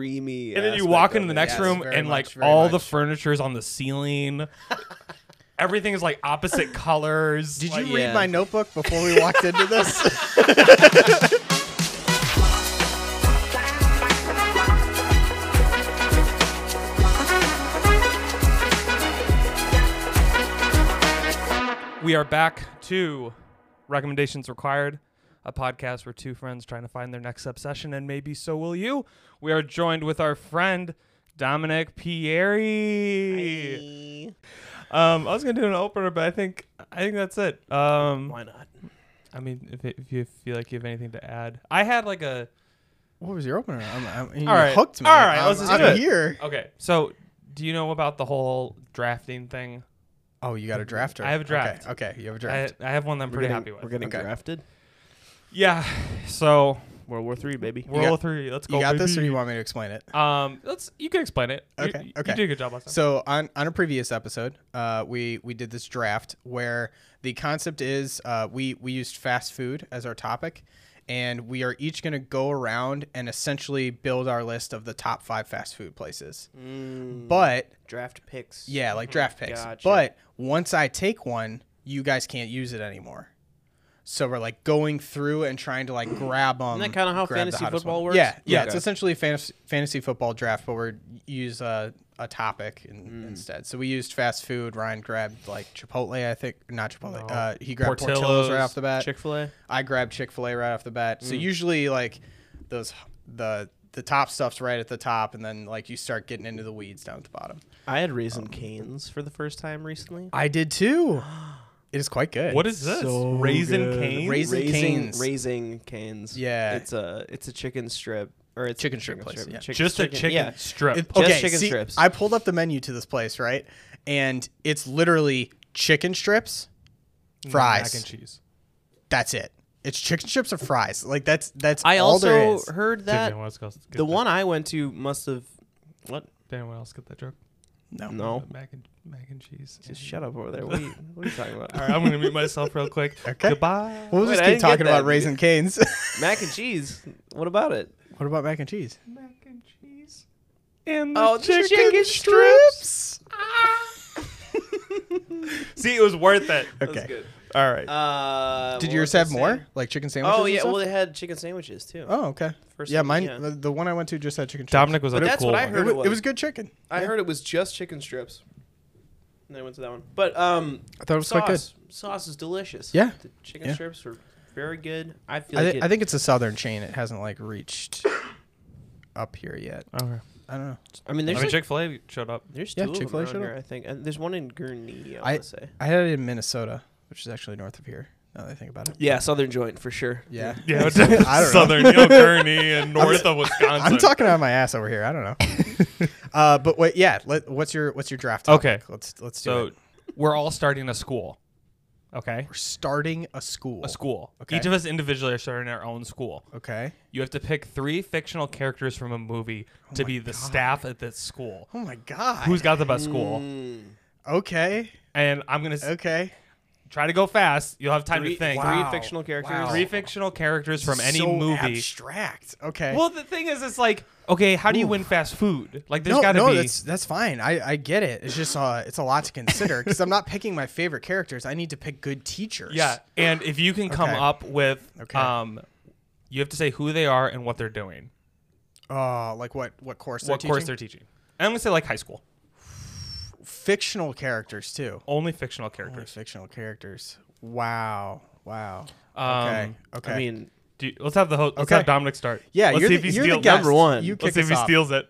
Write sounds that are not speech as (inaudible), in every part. dreamy. and then you aspect walk into of the it. next Yes, room very and like much, very all the much. furniture is on the ceiling (laughs) everything is like (laughs) opposite colors Did like- you read yeah. my notebook before we walked into (laughs) this? we are back to recommendations required a podcast where two friends trying to find their next obsession and maybe so will you we are joined with our friend dominic pieri um i was gonna do an opener but i think i think that's it um Why not? i mean if, if you feel like you have anything to add i had like a what was your opener? I'm, I'm, you All right. hooked me. All right, I'm, let's just I'm do it. here. okay so do you know about the whole drafting thing Oh, you got a drafter. I have a draft. Okay, okay, you have I, a draft. I have one that i'm We're pretty getting, happy with We're getting Okay. drafted. yeah so World War Three, baby. World got- War Three. Let's go. you got this, or baby. you want me to explain it? Um, let's. You can explain it. You- Okay, You, okay. You did a good job last time. So on, on a previous episode, uh, we we did this draft where the concept is uh, we we used fast food as our topic, and we are each going to go around and essentially build our list of the top five fast food places. Mm. But Draft picks. yeah, like draft Mm, picks. Mm-hmm. Gotcha. But once I take one, you guys can't use it anymore. So we're like going through and trying to like grab them. that kinda how fantasy football works? Yeah, yeah. Okay. It's essentially fantasy, fantasy football draft, but we use a, a topic in, Mm. instead. So we used fast food. Ryan grabbed like Chipotle, I think. Not Chipotle. Oh. Uh, he grabbed Portillo's, right Portillo's, off the bat. Chick Mm. Fil A. I grabbed Chick Fil A right off the bat. So usually, like those the the top stuff's right at the top, and then like you start getting into the weeds down at the bottom. I had raisin canes for the first time recently. I did too. It is quite good. what is this? so Raisin good. cane. Rais- Raising Cane's. Raising canes. Yeah. It's a it's a chicken strip or it's Chicken a strip place, yeah. Chick- Just a chicken Yeah. strip. It- Just okay, chicken see, strips. I pulled up the menu to this place, right? And it's literally chicken strips, fries. Mac and cheese. That's it. It's chicken strips or fries. Like that's that's I all there also is. heard Did that anyone else get that- the one I went to must have what? Did anyone else get that joke? No. No. (laughs) The Mac and mac and cheese. Just shut up over there. What are you, what are you talking about? All right, I'm gonna mute myself real quick. (laughs) Okay. Goodbye. We'll Wait, just I keep didn't get talking about that. (laughs) raisin canes. (laughs) Mac and cheese. What about it? what about mac and cheese? Mac and cheese. And the Oh, the chicken, chicken strips. (laughs) See, it was worth it. Okay. good. All right. Uh, Did what yours was I have more? saying? Like chicken sandwiches? Oh and yeah, stuff? well they had chicken sandwiches too. oh okay. First yeah, one, mine. yeah. The, the one I went to just had chicken strips. Dominic was But a that's cool what I one. It, heard wa- it was. it was good chicken. I Yeah. heard it was just chicken strips. And I went to that one. But um I thought it was sauce. quite good. Sauce is delicious. Yeah. The chicken Yeah. strips were very good. I feel I, like thi- it, I think it's a southern chain. It hasn't like reached (coughs) up here yet. Okay. I don't know. I mean there's I mean, like- Chick Fil A showed up. there's two Yeah, of them Chick-fil-A around showed here, I think. And there's one in Gurnee, I, I- want to say. I had it in Minnesota, which is actually north of here. Now that I think about it. Yeah, Southern Joint for sure. Yeah. (laughs) (laughs) Yeah, I don't know. Southern Yo Kearney and north of Wisconsin. (laughs) I'm talking out of my ass over here. I don't know. (laughs) uh, but wait, yeah. Let, what's your what's your draft? Topic? Okay. Let's let's do So it. we're all starting a school. Okay. We're starting a school. A school. Okay. Each of us individually are starting our own school. Okay. You have to pick three fictional characters from a movie to be the staff at this school. Oh my god. Who's got the best school? Mm, okay? And I'm gonna s- Okay. try to go fast. You'll have time three, to think. Wow. three fictional characters. Wow. Three fictional characters from any So movie. Abstract. Okay. Well, the thing is, it's like, okay, how do you win fast food? Like, there's no, got to no, be. that's that's fine. I, I get it. It's just uh, it's a lot (laughs) to consider because I'm not picking my favorite characters. I need to pick good teachers. Yeah, and if you can come Okay. up with, Okay. um, you have to say who they are and what they're doing, Uh, like what what course? what they're course teaching? they're teaching. And I'm gonna say like high school, fictional characters too. only fictional Only characters. fictional characters. Wow. Wow. Um, okay. Okay. I mean, Do you- let's have the host. Let's Okay. have Dominic start. yeah. let's you're see the, if he you're the steals. guest. Number one. You kick Let's see if us he off. steals it.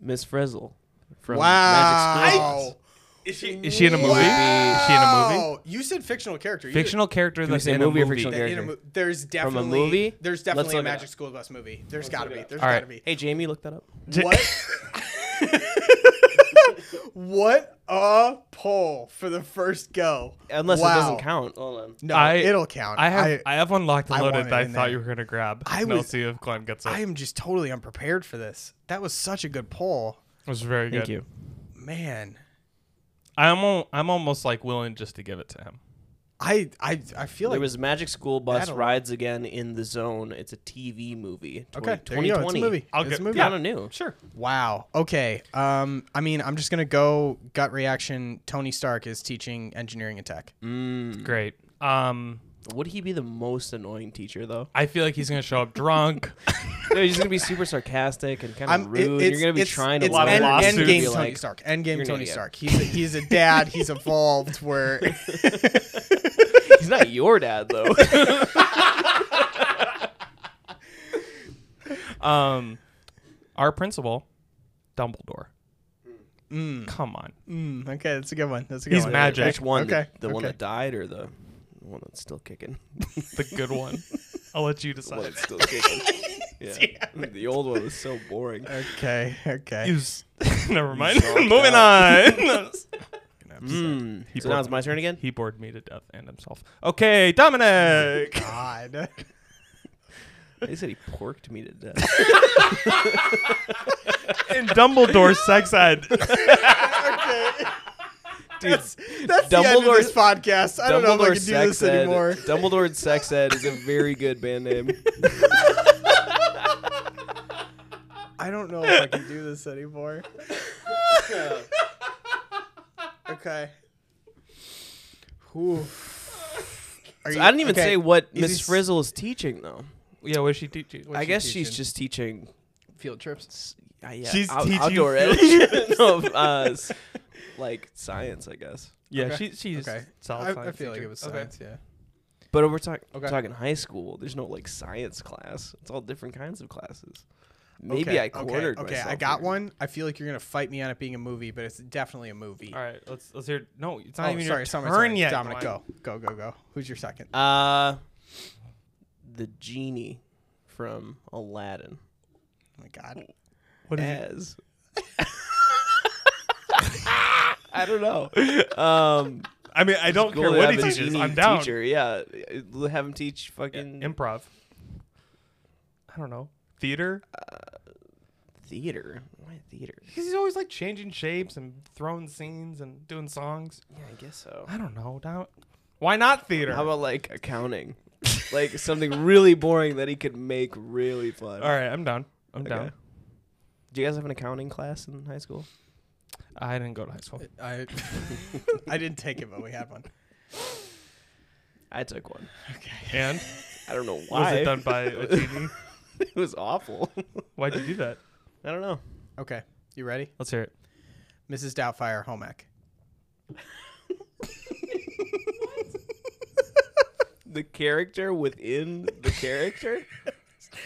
Miss Frizzle from Magic School. Wow. Bus. Is she, is she in a movie? Wow. Is she in a movie? You said fictional character. You Fictional character Can we that's say in a movie movie. or fictional did- in a character. mo- there's definitely movie? There's Let's definitely look a it Magic up. School bus movie. There's got look to be. it up. There's All got to right. be. Hey Jamie, look that up. What? (laughs) what a poll for the first go. Unless wow. it doesn't count. Hold on. No, I- it'll count. I have I, have one locked and I want loaded it that I in thought there. you were gonna grab. I and I'll was- see if Glenn gets it. I am just totally unprepared for this. That was such a good poll. it was very good. Man. I'm al- I'm almost like willing just to give it to him. I I I feel There like was Magic School Bus That'll- rides again in the zone. It's a TV movie. okay. 20- There you go. It's a 2020. movie. I'll go- it's a movie. Yeah, I don't know. Sure. Wow. Okay. Um. I mean, I'm just gonna go gut reaction. Tony Stark is teaching engineering and tech. Mm. Great. Um, Would he be the most annoying teacher (laughs) though? I feel like he's gonna show up (laughs) drunk. No, he's gonna be super sarcastic and kind I'm of rude. and you're gonna be it's- trying to it's lot of win a end, lawsuit. lawsuits. Endgame You're Tony like, Stark. Endgame an Tony idiot. Stark. He's a, he's a dad. He's evolved. (laughs) Where He's not your dad (laughs) though. um, our principal, Dumbledore. Come on. Mm, okay, that's a good one. That's a good He's one. magic. Which one? Okay, The, the one okay. that died or the the one that's still kicking? The good (laughs) one. I'll let you (laughs) the (laughs) one decide. that's (laughs) still kicking. Yeah. The old one was so boring. Okay. Okay. He's- (laughs) Never mind. zoned (laughs) Moving (laughs) on. Mm. So now it's my (laughs) turn again. he bored me to death and himself. Okay, Dominic. (laughs) God. (laughs) They said he porked me to death. (laughs) (laughs) In Dumbledore sex ed. Dude, That's the end of Dumbledore's- this podcast. I don't know if I Dumbledore can do this sex ed. anymore. (laughs) Dumbledore sex ed is a very good (laughs) band name. I don't know if I can do (laughs) this anymore. okay. Who? Are you- I didn't even okay. say what Is Miss he s- Frizzle is teaching though. (laughs) yeah, what is she teaching? I she guess she's teaching? just teaching. Field trips. Uh, yeah, She's out- teaching outdoor ed- (laughs) no, uh, s- like science, I guess. Yeah, Okay. she, she's Okay. solid I, I science feel like teacher. it was Okay. science. Yeah. But we're talking Okay. talking high school. There's no like science class. It's all different kinds of classes. Maybe Okay, I cornered Okay. Okay. myself. I got here. one. I feel like you're gonna fight me on it being a movie, but it's definitely a movie. All right, let's let's hear. No, it's not Oh, even sorry, your turn sorry, sorry. yet. Dominic, Dwight. go, go, go, go. Who's your second? Uh, the genie from Aladdin Oh my God. What is it? (laughs) as. I don't know. Um, I mean, I don't care Golden what he Abyss teaches. genie I'm down. Teacher, yeah, Uh, have him teach fucking Improv. I don't know theater theater. Why theater? because he's always like changing shapes and throwing scenes and doing songs. Yeah, I guess so. I don't know. Down. Why not theater? How about like accounting? like something really boring that he could make really fun. All right, I'm down. I'm Okay. down. Do you guys have an accounting class in high school? I didn't go to high school. (laughs) I (laughs) I didn't take it, but we had one. I took one. Okay. And I don't know why. was it done (laughs) by a genie? it was awful. (laughs) Why'd you do that? I don't know. Okay. You ready? Let's hear it. Mrs. Doubtfire, home ec. The character within the character. (laughs)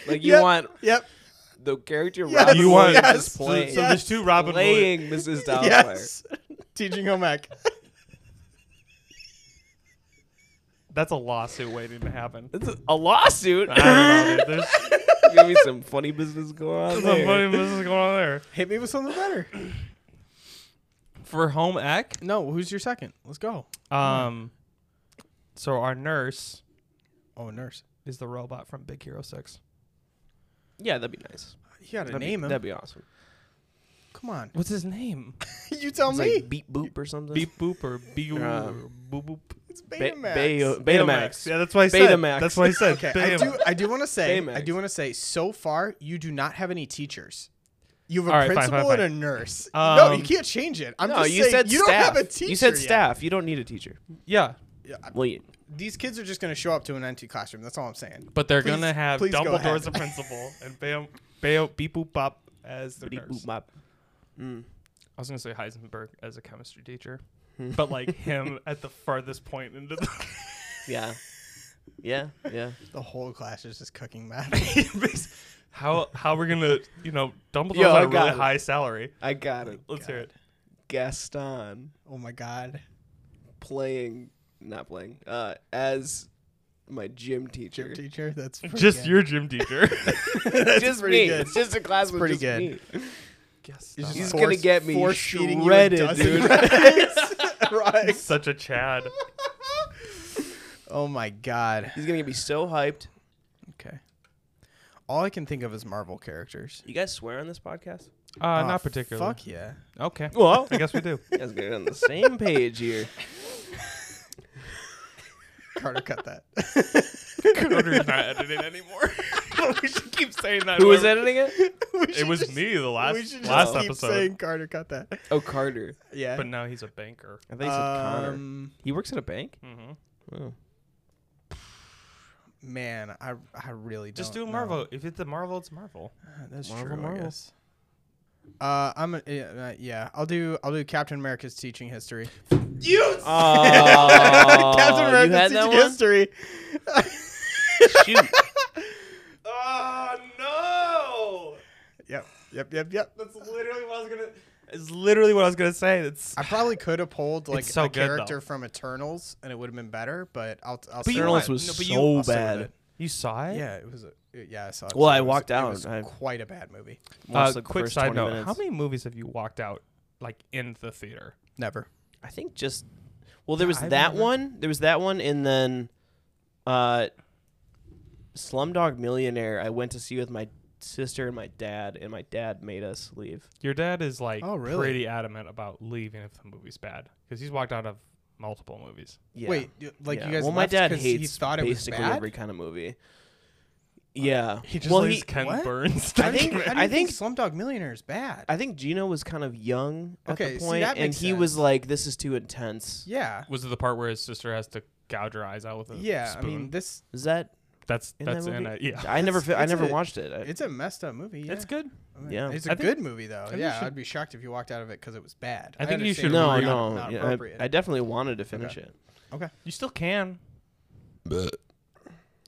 Like you Yep. want Yep. the character Yes. Robin You want- Williams Yes. is playing, So Yes. there's two Robin Williams. playing Mrs. Doubtfire. Yes. (laughs) Teaching home ec. That's a lawsuit waiting to happen. (laughs) It's a- a lawsuit. I (laughs) don't know. Dude. There's Give me some funny business going on some there. funny business going on there. Hit me with something better. For home ec, No, who's your second? Let's go. um, so our nurse Oh, nurse. is the robot from Big Hero Six. Yeah, that'd be nice. You gotta That'd be, name him. That'd be awesome. (laughs) Come on. What's his name? you tell It's me. like beep boop or something. Beep boop or beep Uh, or boop boop. it's Ba- Betamax. Bayo- Betamax. Yeah, that's why I said. Betamax. That's why I said. (laughs) okay. I do. Betamax. I do want to say. I Betamax. do want to say. So far, you do not have any teachers. You have a All right, fine, fine, principal fine. and a nurse. no, you Um, can't change it. I'm No, just you saying said you staff. don't have a teacher. you said yet. staff. You don't need a teacher. Yeah, Well, you, These kids are just going to show up to an empty classroom. That's all I'm saying. but they're Please- gonna have please go Dumbledore ahead. as a principal and Bam, Bayo, Beep Boop Bop as the beep nurse. boop bop. Mm. I was gonna say Heisenberg as a chemistry teacher, (laughs) but like him at the farthest point into the (laughs) Yeah. Yeah. Yeah. The whole class is just cooking (laughs) math. how how we're gonna you know Dumbledore's Yo, I on a really got it. high salary. I got it. Let's hear it. Gaston oh my god. playing, not playing, uh, as my gym teacher. Gym teacher, that's (laughs) pretty Just good. (laughs) your gym teacher. (laughs) It's just pretty me. good. It's just a class with pretty just good. me. (laughs) Guess It's not. just (laughs) He's force- gonna get me force feeding you a shredded, dozen dude. (laughs) rice. (laughs) Rice. such a Chad. Oh my god. He's gonna get me so hyped. Okay. All I can think of is Marvel characters. You guys swear on this (laughs) podcast? Uh, Oh, not particularly. Fuck yeah. Okay. Well, (laughs) I guess we do. You guys get on the same page here. Carter cut (laughs) that. Carter's not editing anymore. we should keep saying that. (laughs) Who was whoever- editing it? (laughs) (laughs) We It should was just- me the we last should just last keep episode. saying Carter cut that. Oh, Carter. Yeah. But now he's a banker. I think he said Connor. Um, He works at a (laughs) bank. Mm-hmm. Oh. man, I I really Just don't do know. Marvel. If it's a Marvel, it's Marvel. That's Marvel, true. Marvel. I guess. Uh, I'm a, yeah, uh, yeah. I'll do I'll do Captain America's teaching history. (laughs) You Oh, Captain you America's had that one? teaching history. (laughs) Shoot. Oh no! Yep, yep, yep, yep. That's literally what I was gonna. It's literally what I was gonna say. It's I probably could have pulled like so a good, though. character from Eternals, and it would have been better. But I'll I'll. But sit you with Journalist was Eternals it. No, but you- so I'll sit with bad. it. you saw it. Uh, Yeah, it was. A, yeah, I saw. it. Well, I It was- walked it out. was I- quite a bad movie. Uh, Most of the quick first side 20 note: minutes. How many movies have you walked out like in the theater? Never. I think just. Well, there was I've that never- one. There was that one, and then, uh, Slumdog Millionaire. I went to see with my sister and my dad, and my dad made us leave. Your dad is like Oh, really? pretty adamant about leaving if the movie's bad because he's walked out of multiple movies. Yeah. Wait, y- like Yeah. you guys? Well, my left dad 'cause hates He thought it was basically bad. Uh, every kind of movie. Yeah. He just well, leaves he, Ken what? Burns. (laughs) I think- How do you I think- Slumdog Millionaire is bad. I think Gino was kind of young at Okay, the see, point, that and makes he was sense. like, "This is too intense." yeah, was it the part where his sister has to gouge her eyes out with a yeah. I spoon? mean, this Is that that's in that's that in movie? it. Yeah, I never, It's- fi- I it's never a- watched it. I- it's a messed up movie. Yeah. it's good. I mean, yeah. it's a I think- good movie though. think you yeah, should- I'd be shocked if you walked out of it because it was bad. I think you understand should why no, really it's no, not yeah, I- appropriate. I, definitely wanted to finish Okay. it. okay, You still can.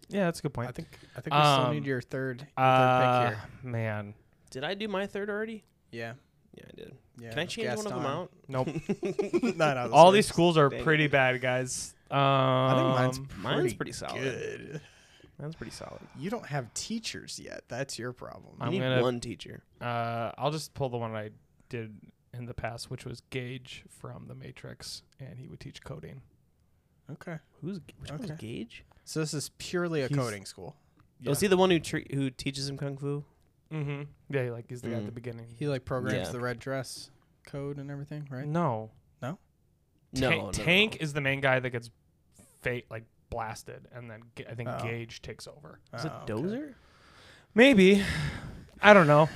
Yeah, that's a good point. I think I think we still Um, need your third, your Uh, third pick here. man, Did I do my third already? Yeah, Yeah, I did. yeah. Can I change one of them out? nope. (laughs) (laughs) no, no, this All one- these schools are Dang it. pretty bad, guys. Um, I I think Um, mine's mine's pretty pretty solid. Good. That's pretty solid. You don't have teachers yet. That's your problem. I I'm need gonna- one teacher. Uh, I'll just pull the one I did in the past, which was Gage from The Matrix, and he would teach coding. okay. Who's which one's Okay. Gage? So this is purely a He's- coding school. Oh, is he the one who tre- who teaches him kung fu? Mm-hmm. Yeah, like he's the guy at the Mm. beginning. He like programs Yeah. the red dress code and everything, right? No. No, Ta- no, no. Tank is the main guy that gets fate like blasted, and then Ga- I think Oh. Gage takes over. Is it Oh, okay. Dozer? Maybe. I don't know.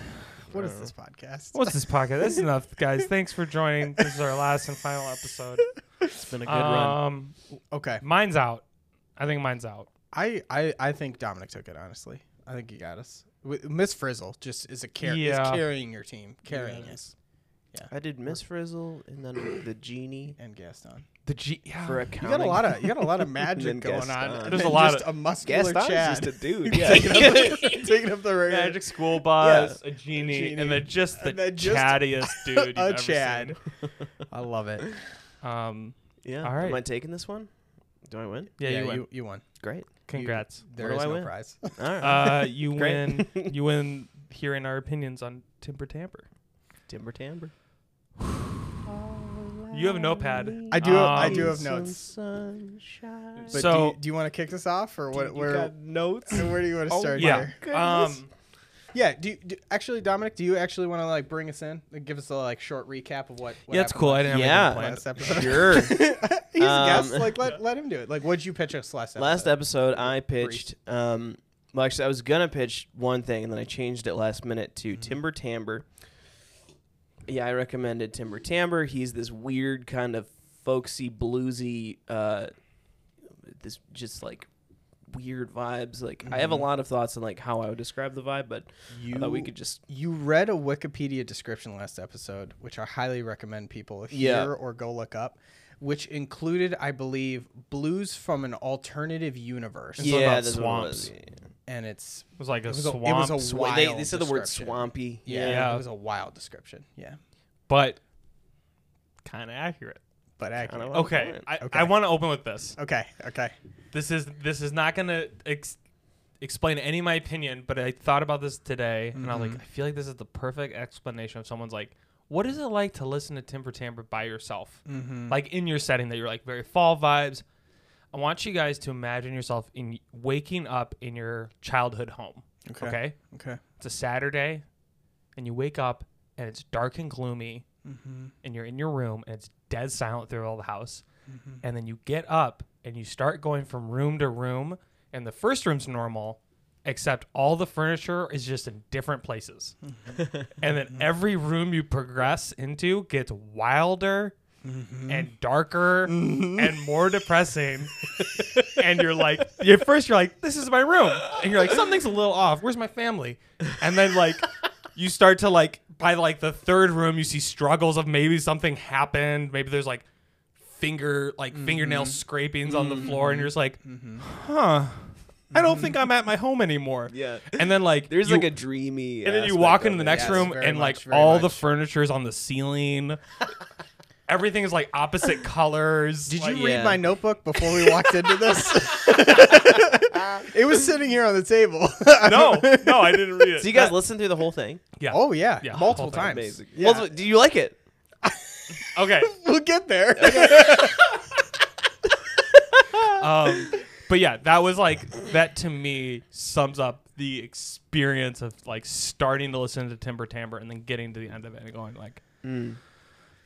What is Uh, this podcast? What's this pocket? That's enough, guys. Thanks for joining. This is our last and final episode. It's been (laughs) a good Uh, run. Um, (laughs) Okay. mine's out. I think mine's out. I, I I think Dominic took it honestly. I think he got us. Wi- Miss Frizzle just is a car- Yeah. is carrying your team, carrying Yeah. us, I did Miss Frizzle and then the (sighs) genie and Gaston. The G. Yeah. for You accounting. got a lot of you got (laughs) a (laughs) lot of magic then going on. Gaston. (laughs) and There's a (laughs) then lot just of- a muscular Gaston's Chad just a (laughs) dude. taking, Yeah. up the, taking up the rear. Magic school bus, a, genie, genie, and then just the and then just chattiest (laughs) dude you've a ever Chad. I love (laughs) it. seen. Um, yeah. All right. Am I taking this one? Do I win? yeah, you win. You, you won. (laughs) Great. Congrats. There do is I no win? prize. All right. uh, you win. Great. (laughs) You win hearing our opinions on Timber Tamper. timber tamber. You have a notepad. I do. have I Um, do have notes. Sunshine. (laughs) But do So- you, do you want to kick this off or what? You Where got notes? (laughs) where do you want to Oh start my Yeah. here? Goodness. Um, Yeah. Do, you, do actually, Dominic? Do you actually want to like bring us in? Like, give us a like short recap of what? what yeah, it's happened cool. I last- didn't Yeah. have anything planned. last (laughs) episode. Sure. (laughs) He's a guest. Um, Like, (laughs) let, let him do it. Like, what'd you pitch us last episode? Last episode, I pitched. Um, well, actually, I was gonna pitch one thing, and then I changed it last minute to Mm-hmm. Timber Tamber. Yeah, I recommended Timber Tamber. He's this weird kind of folksy, bluesy, uh, this just like weird vibes. Like I Mm-hmm. have a lot of thoughts on like how I would describe the vibe, but I thought we You- could just You read a Wikipedia description last episode, which I highly recommend people hear Yeah. or go look up, which included, I believe, blues from an alternative universe. all about that's what it was. swamps. Yeah. And it's It was like a was a- it swamp, was a Swa- they, Wild they said the word description. swampy. yeah, Yeah. it was a wild description. Yeah, but kind of accurate. but accurate. Kinda Okay, Alright. I, Okay. I want to open with this. Okay, okay. This is this is not gonna ex- explain any of my opinion, but I thought about this today, and I'm like, I feel like this is the perfect explanation of someone's like, what is it like to listen to Timber Tamper by yourself, Mm-hmm. Mm. like in your setting that you're like very fall vibes. I want you guys to imagine yourself in waking up in your childhood home. Okay. okay? Okay. It's a Saturday, and you wake up and it's dark and gloomy, Mm-hmm, mm-hmm. and you're in your room and it's dead silent throughout all the house, and then you get up and you start going from room to room, and the first room's normal, except all the furniture is just in different places. and Mm-hmm. then every room you progress into gets wilder Mm-hmm. and darker and (laughs) more depressing. and you're like, at first you're like, this is my room. And you're like, something's a little off. Where's my family? And then like, you start to like, by like the third room, you see struggles of maybe something happened. Maybe there's like finger, like Mm-hmm. fingernail scrapings on the floor. And you're just like, huh, I don't think I'm at my home anymore. Mm-hmm. Yeah. And then like, There's you- like a dreamy. and then you aspect walk of into the it. next Yes, room very and like much, very all the much. furniture is on the ceiling. (laughs) Everything is like (laughs) opposite colors. Did like- you Like, yeah. read my notebook before we walked into (laughs) this? it was sitting here on the table. (laughs) (laughs) No, no, I didn't (laughs) read it. So you guys listen through the whole thing? yeah. Oh yeah, Yeah, multiple whole thing. times. Amazing. Yeah. Well, do you like it? (laughs) Okay. we'll get there. Um, but yeah, that was like that to me sums up the experience of like starting to listen to Timber Timbre and then getting to the end of it and going like, Mm.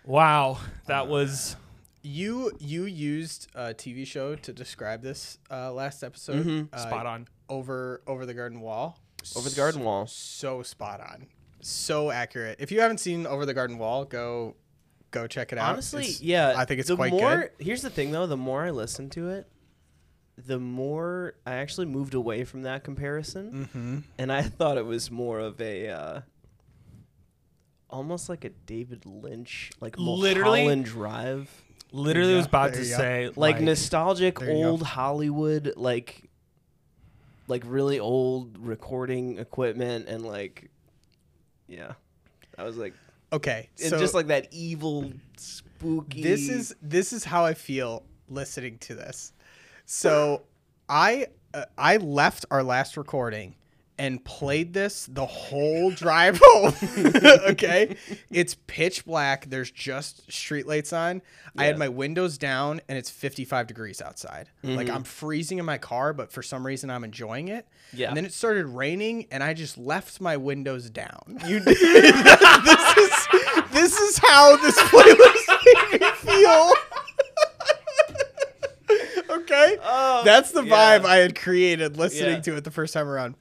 "Wow, Uh, that was You you used a TV show to describe this uh, last episode. Uh, spot on." Over over the garden wall. Over the garden wall. So spot on. So accurate. If you haven't seen Over the Garden Wall, go go check it out. Honestly, It's- yeah. I think it's the quite more, good. Here's the thing, though. The more I listen to it, the more I actually moved away from that comparison, Mm-hmm. and I (laughs) thought it was more of a. Uh, Almost like a David Lynch, like Literally- Mulholland Drive, Literally you was go. about There to you go. say like, nostalgic there you go. old Hollywood, like like really old recording equipment, and like yeah, I was like, Okay. it's so just like that evil, spooky. this is this is how I feel listening to this. So I uh, I left our last recording and played this the whole drive (laughs) home. okay? It's pitch black. There's just street lights on. I had Yeah. my windows down and it's 55 degrees outside. Like I'm freezing in my car, but for some reason I'm enjoying it. Yeah. And then it started raining and I just left my windows down. You did. this is this is how this playlist made me feel. okay? (laughs) Oh, That's the yeah. vibe I had created listening Yeah. to it the first time around.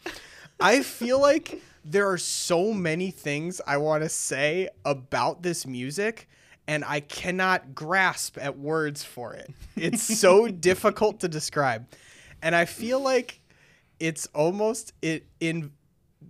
I feel like there are so many things I want to say about this music and I cannot grasp at words for it. It's (laughs) so difficult to describe. And I feel like it's almost it in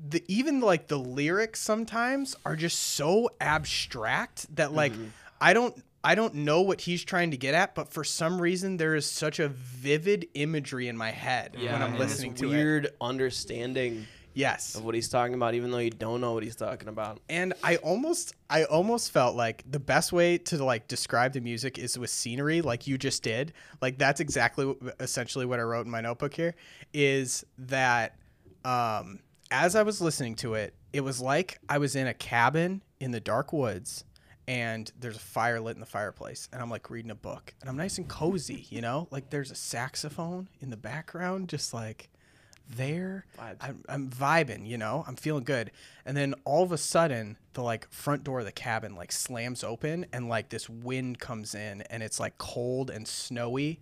the even like the lyrics sometimes are just so abstract that like I don't I don't know what he's trying to get at, but for some reason there is such a vivid imagery in my head when I'm and listening this to it. weird understanding Yes. of what he's talking about, even though you don't know what he's talking about. And I almost I almost felt like the best way to like describe the music is with scenery like you just did. Like that's exactly what- essentially what I wrote in my notebook here is that um as I was listening to it, it was like I was in a cabin in the dark woods and there's a fire lit in the fireplace and I'm like reading a book and I'm nice and cozy, you know? Like there's a saxophone in the background just like there. Vibes. I'm, I'm vibing, you know, I'm feeling good. And then all of a sudden, the like front door of the cabin like slams open and like this wind comes in and it's like cold and snowy.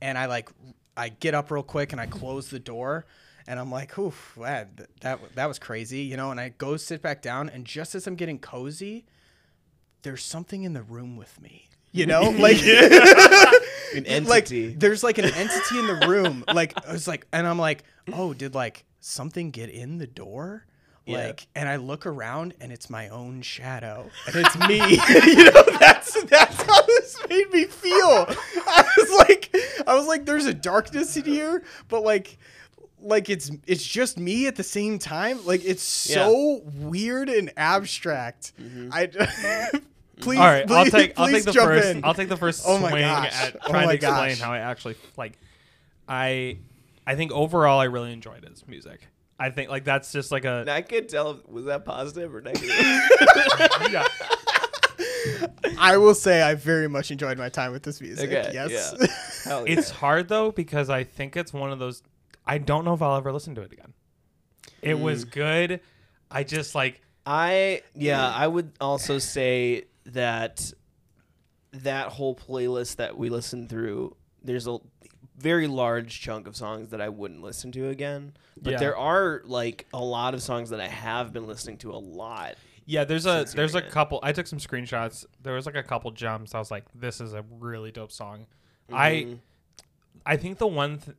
And I like, I get up real quick and I close the door and I'm like, oof, that, that, that was crazy, you know, and I go sit back down. And just as I'm getting cozy, there's something in the room with me. (laughs) You know, like (laughs) An like there's like an entity in the room. Like I was like, and I'm like, oh, did like something get in the door? Yeah. Like, and I look around and it's my own shadow, and it's me. (laughs) you know, that's that's how this made me feel. I was like, I was like, there's a darkness in here, but like, like it's it's just me at the same time. Like it's so weird and abstract. I. (laughs) Please, All right, I'll please- take I'll take please the jump first in. I'll take the first Oh my swing gosh. at Oh trying my to explain gosh. how I actually like I I think overall I really enjoyed his music. I think like that's just (laughs) like a I could tell if, was that positive or negative. (laughs) yeah. I will say I very much enjoyed my time with this music. Okay, yes. yeah. (laughs) Hell yeah. It's hard though because I think it's one of those I don't know if I'll ever listen to it again. It Mm. was good. I just like I yeah, Mm. I would also say that that whole playlist that we listened through, there's a very large chunk of songs that I wouldn't listen to again. But Yeah. there are like a lot of songs that I have been listening to a lot. Yeah, there's a Since there's a hearing it. couple. I took some screenshots. There was like a couple jumps. I was like, this is a really dope song. I Mhm. I think the one, th-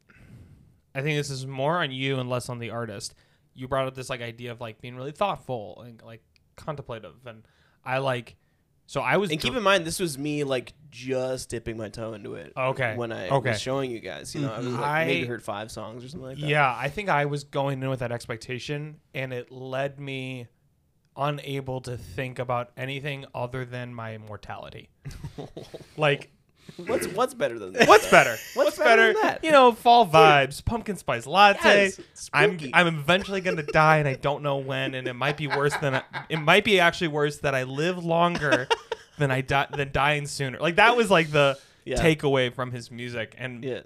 I think this is more on you and less on the artist. You brought up this like idea of like being really thoughtful and like contemplative, and I like. So I was and keep dr- in mind this was me like just dipping my toe into it. Okay. When I Okay. was showing you guys, you know, I was Mhm. like maybe I- heard five songs or something like that. Yeah, I think I was going in with that expectation, and it led me unable to think about anything other than my mortality. like, (laughs) What's what's better than that? what's better? (laughs) What's better than that? You know, fall vibes, pumpkin spice latte. Yes, I'm spooky. I'm eventually gonna die, and I don't know when. And it might be worse than I, it might be actually worse that I (laughs) live longer than I die than dying sooner. Like that was like the Yeah. takeaway from his music. And Yeah.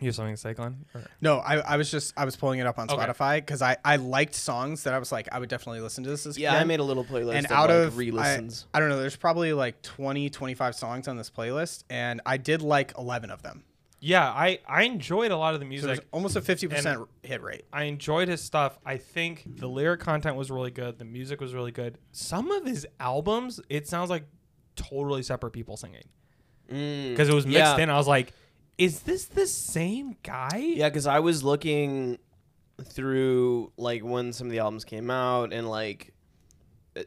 you have something to say, Glenn? Or- No, I, I was just I was pulling it up on Okay. Spotify because I, I liked songs that I was like I would definitely listen to this. as a Yeah, kid. I made a little playlist and of, out like, of I- re-listens. I, don't know. There's probably like 20, 25 songs on this playlist, and I did like eleven of them. Yeah, I I enjoyed a lot of the So music. there's almost a fifty percent hit rate. I enjoyed his stuff. I think the lyric content was really good. The music was really good. Some of his albums, it sounds like totally separate people singing Mm. because it was mixed Yeah. in. I was like, is this the same guy? Yeah, because I was looking through like when some of the albums came out, and like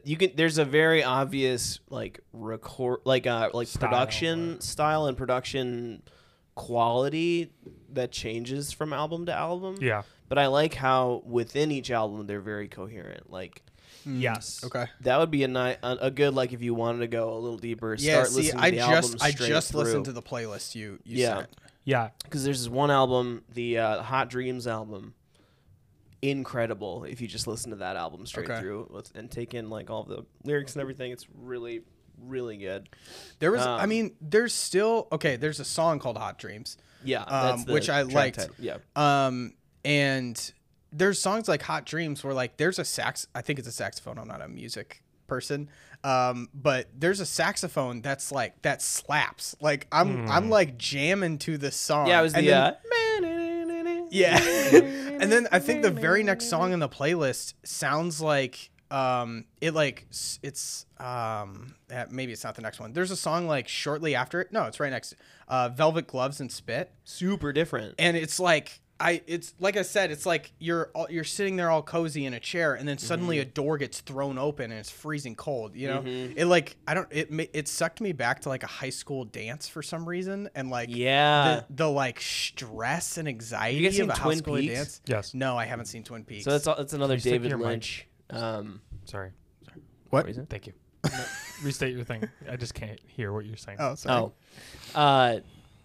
you can. There's a very obvious like record, like uh, like Style, production style and production quality that changes from album to album. Yeah. But I like how within each album they're very coherent. Like Yes. Okay. that would be a ni- a, a good like if you wanted to go a little deeper. Yeah. start see, listening to I the just album I straight just listened through. to the playlist you you Yeah. sent. Yeah. because there's this one album, the uh, Hot Dreams album, incredible. If you just listen to that album straight Okay. through with- and take in like all the lyrics and everything, it's really, really good. There was I Um, mean there's still okay. There's a song called Hot Dreams. Yeah, Um, which I track liked. title. Yeah, Um, and there's songs like Hot Dreams where like there's a sax. I think it's a saxophone. I'm not a music person. Um, but there's a saxophone that's like that slaps. Like I'm I'm like jamming to this song. Hmm. yeah, it was And the then- uh, (laughs) yeah. and then I think the very next song in the playlist sounds like um it like s- it's um eh, maybe it's not the next one. There's a song like shortly after it. No, it's right next. Uh, Velvet Gloves and Spit (laughs) super different. and it's like I it's like I said, it's like you're all, you're sitting there all cozy in a chair, and then suddenly Mm-hmm. a door gets thrown open and it's freezing cold. You know, it like I don't it ma- it sucked me back to like a high school dance for some reason, and like Yeah. the, the like stress and anxiety guys seen of a high Twin school Peaks? dance. Yes. No, I haven't seen Twin Peaks. so that's all, that's another you stick David your mic? Lynch. Um, Sorry. what? reason? Thank (laughs) you. Restate your thing. I just can't hear what you're saying. Oh, sorry. oh, uh,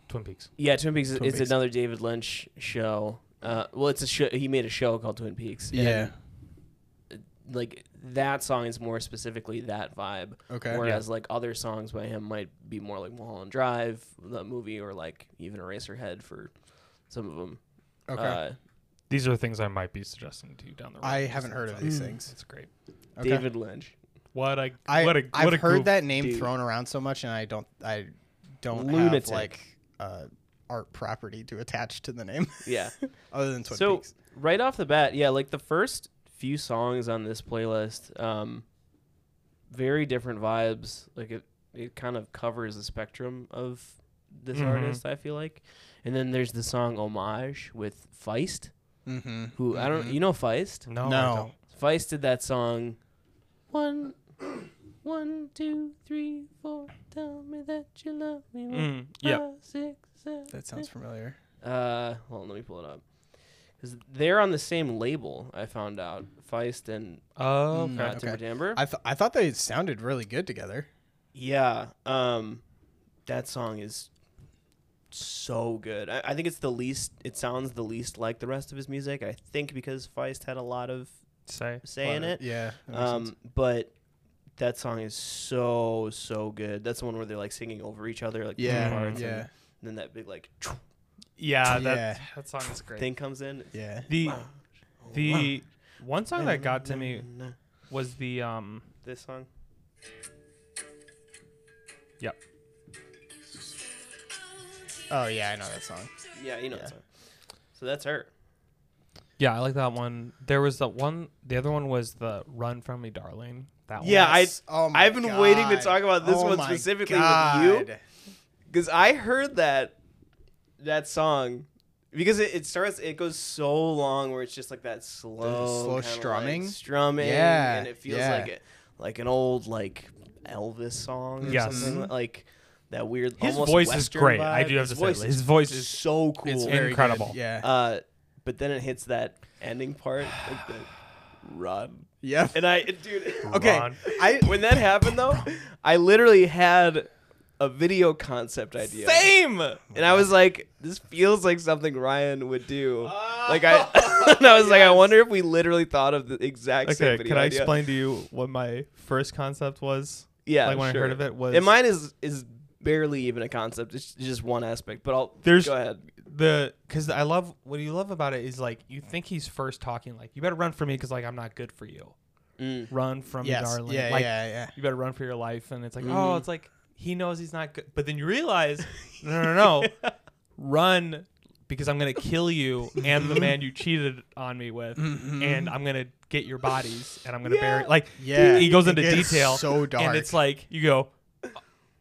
Twin Peaks. yeah, Twin Peaks is Twin it's Peaks. another David Lynch show. Uh, well, it's a show. He made a show called Twin Peaks. and yeah. like that song is more specifically that vibe. Okay. Whereas like other songs by him might be more like Mulholland Drive, the movie, or like even Eraserhead for some of them. Okay. Uh, These are things I might be suggesting to you down the road. I Just haven't like heard of that. these things. It's great. Okay. David Lynch, What a I what a what I've a heard goof. that name dude. thrown around so much, and I don't I don't Lunatic. have like uh, art property to attach to the name (laughs) yeah. other than Twin so Peaks. right off the bat, yeah, like the first few songs on this playlist, um, very different vibes. Like it, it kind of covers the spectrum of this Mhm. Mm-hmm. artist. I feel like, and then there's the song "Homage" with Feist, Mm-hmm. who I don't, you know, Feist. No. I No. don't. Vice did that song. One, one, two, three, four. Tell me that you love me. One, Mm, yeah. five, six, seven, That sounds familiar. eight. Uh, hold on, let me pull it up. Cause they're on the same label. I found out Feist and Oh, Mm, uh, okay. okay. Timber Timber. I th- I thought they sounded really good together. yeah. Um, that song is so good. I, I think it's the least. It sounds the least like the rest of his music. I think because Feist had a lot of Say. say in But, it. Yeah. that makes sense. Um, but that song is so so good. That's the one where they're like singing over each other, like yeah. parts, and- Yeah. And then that big like Yeah, that Yeah. that song is great. thing comes in. Yeah. the the one song that got to me Mm. was the um This song. yep Oh yeah, I know that song. Yeah, you know that song. So that's her. Yeah, I like that one. There was the one. The other one was the "Run from Me, Darling." That one. Yeah, I- Yes. Oh my I've been waiting to God. Oh talk about this one one specifically with you. Because I heard that that song because it, it starts it goes so long where it's just like that slow slow kinda, like, strumming? strumming Yeah, and it feels yeah. like a, like an old like Elvis song or Yes. Mm-hmm. something like that weird his almost voice is Western great. I vibe. do have his to voice say, (laughs) his voice is is. so cool It's very very Incredible. Good. Yeah. uh but then it hits that ending part like the run yep. and I dude (laughs) (laughs) Okay. Ron. I when that happened though I literally had a video concept idea (laughs) Same. and I was like, this feels like something Ryan would do. like I, (laughs) and I was like, I wonder if we literally thought of the exact same Okay, video can I idea. explain to you what my first concept was? Yeah, like when I sure. heard of it was And mine is is barely even a concept. It's just one aspect. But I'll There's- go ahead. the because I love what you love about it is like you think he's first talking like you better run for me because like I'm not good for you. Mm. Run from me, yes. darling. Yeah, like, yeah, yeah. Mm-hmm. You better run for your life, and it's like oh, it's like he knows he's not good, but then you (laughs) realize no, no, no, run because I'm gonna kill you and the man you cheated on me with, Mm-hmm. and I'm gonna get your bodies and I'm gonna bury like Yeah, He goes it into gets detail so dark. and it's like you go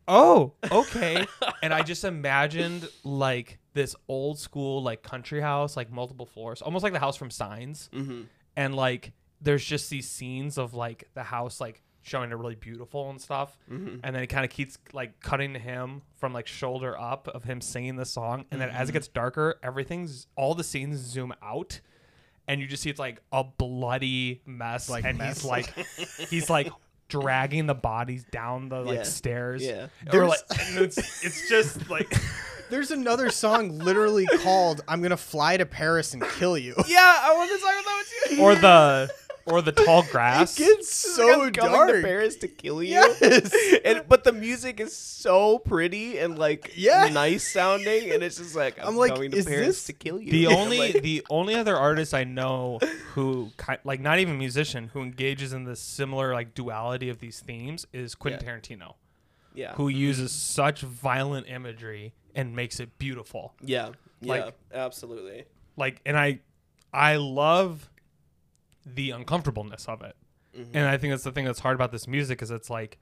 oh okay and i just imagined like this old school like country house like multiple floors almost like the house from signs mm-hmm, and like there's just these scenes of like the house like showing it really beautiful and stuff Mm-hmm. mm-hmm. and then it kind of keeps like cutting to him from like shoulder up of him singing the song and then Mm-hmm. as it gets darker everything's all the scenes zoom out and you just see it's like a bloody mess Like and mess. he's (laughs) like he's like dragging the bodies down the like Yeah. stairs Yeah. or There's- like and (laughs) it's, it's just (laughs) like There's another (laughs) song literally called "I'm Gonna Fly to Paris and Kill You." Yeah, I want to talk about you. or (laughs) the or the tall grass It's Like, so I'm coming to dark. Paris to kill you. Yes. (laughs) And, but the music is so pretty and like Yeah. nice sounding, and it's just like I'm, I'm like, going to is Paris this to kill you. (laughs) the I'm (laughs) only like- the only other artist i know who ki- like not even musician who engages in this similar like duality of these themes is quentin tarantino yeah. who uses such violent imagery and makes it beautiful Yeah. Yeah. Like- absolutely. like and i i love the uncomfortableness of it Mm-hmm. and i think that's the thing that's hard about this music is it's like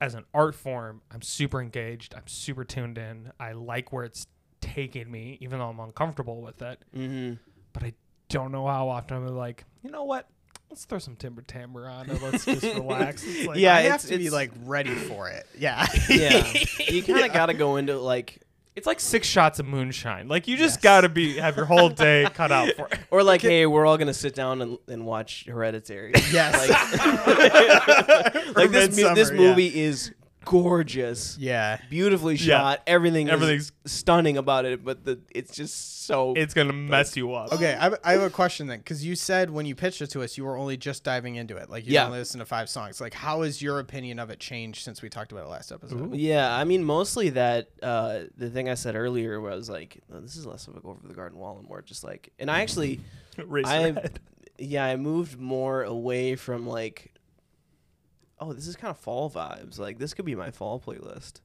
as an art form i'm super engaged i'm super tuned in i like where it's taking me even though i'm uncomfortable with it (laughs) Mm-hmm. but i don't know how often i'm like you know what let's throw some timber tamber on and let's (laughs) just relax It's like- Yeah, I it's- have to be it's- like ready for it. Yeah. (laughs) Yeah. You kind of got to go into like, it's like six shots of moonshine like you just Yes. gotta be have your (laughs) whole day cut out for it or like, hey, we're all gonna sit down and, and watch Hereditary. (laughs) Yes. (laughs) Like, (laughs) like this mu- this Midsummer, yeah. movie is gorgeous, yeah. beautifully Yeah. shot. Everything Everything's- everything's stunning about it, but the it's just so it's gonna mess you up Okay, I have, I have a question then, because you said when you pitched it to us, you were only just diving into it. Like you Yeah. only listened to five songs. Like, how has your opinion of it changed since we talked about it last episode? Yeah, I mean, mostly that uh, the thing I said earlier where I was like, "Oh, this is less of a go over the garden wall and more just like, and I actually, (laughs) Raise your I, head. (laughs) yeah, I moved more away from like, oh, this is kind of fall vibes. Like, this could be my fall playlist.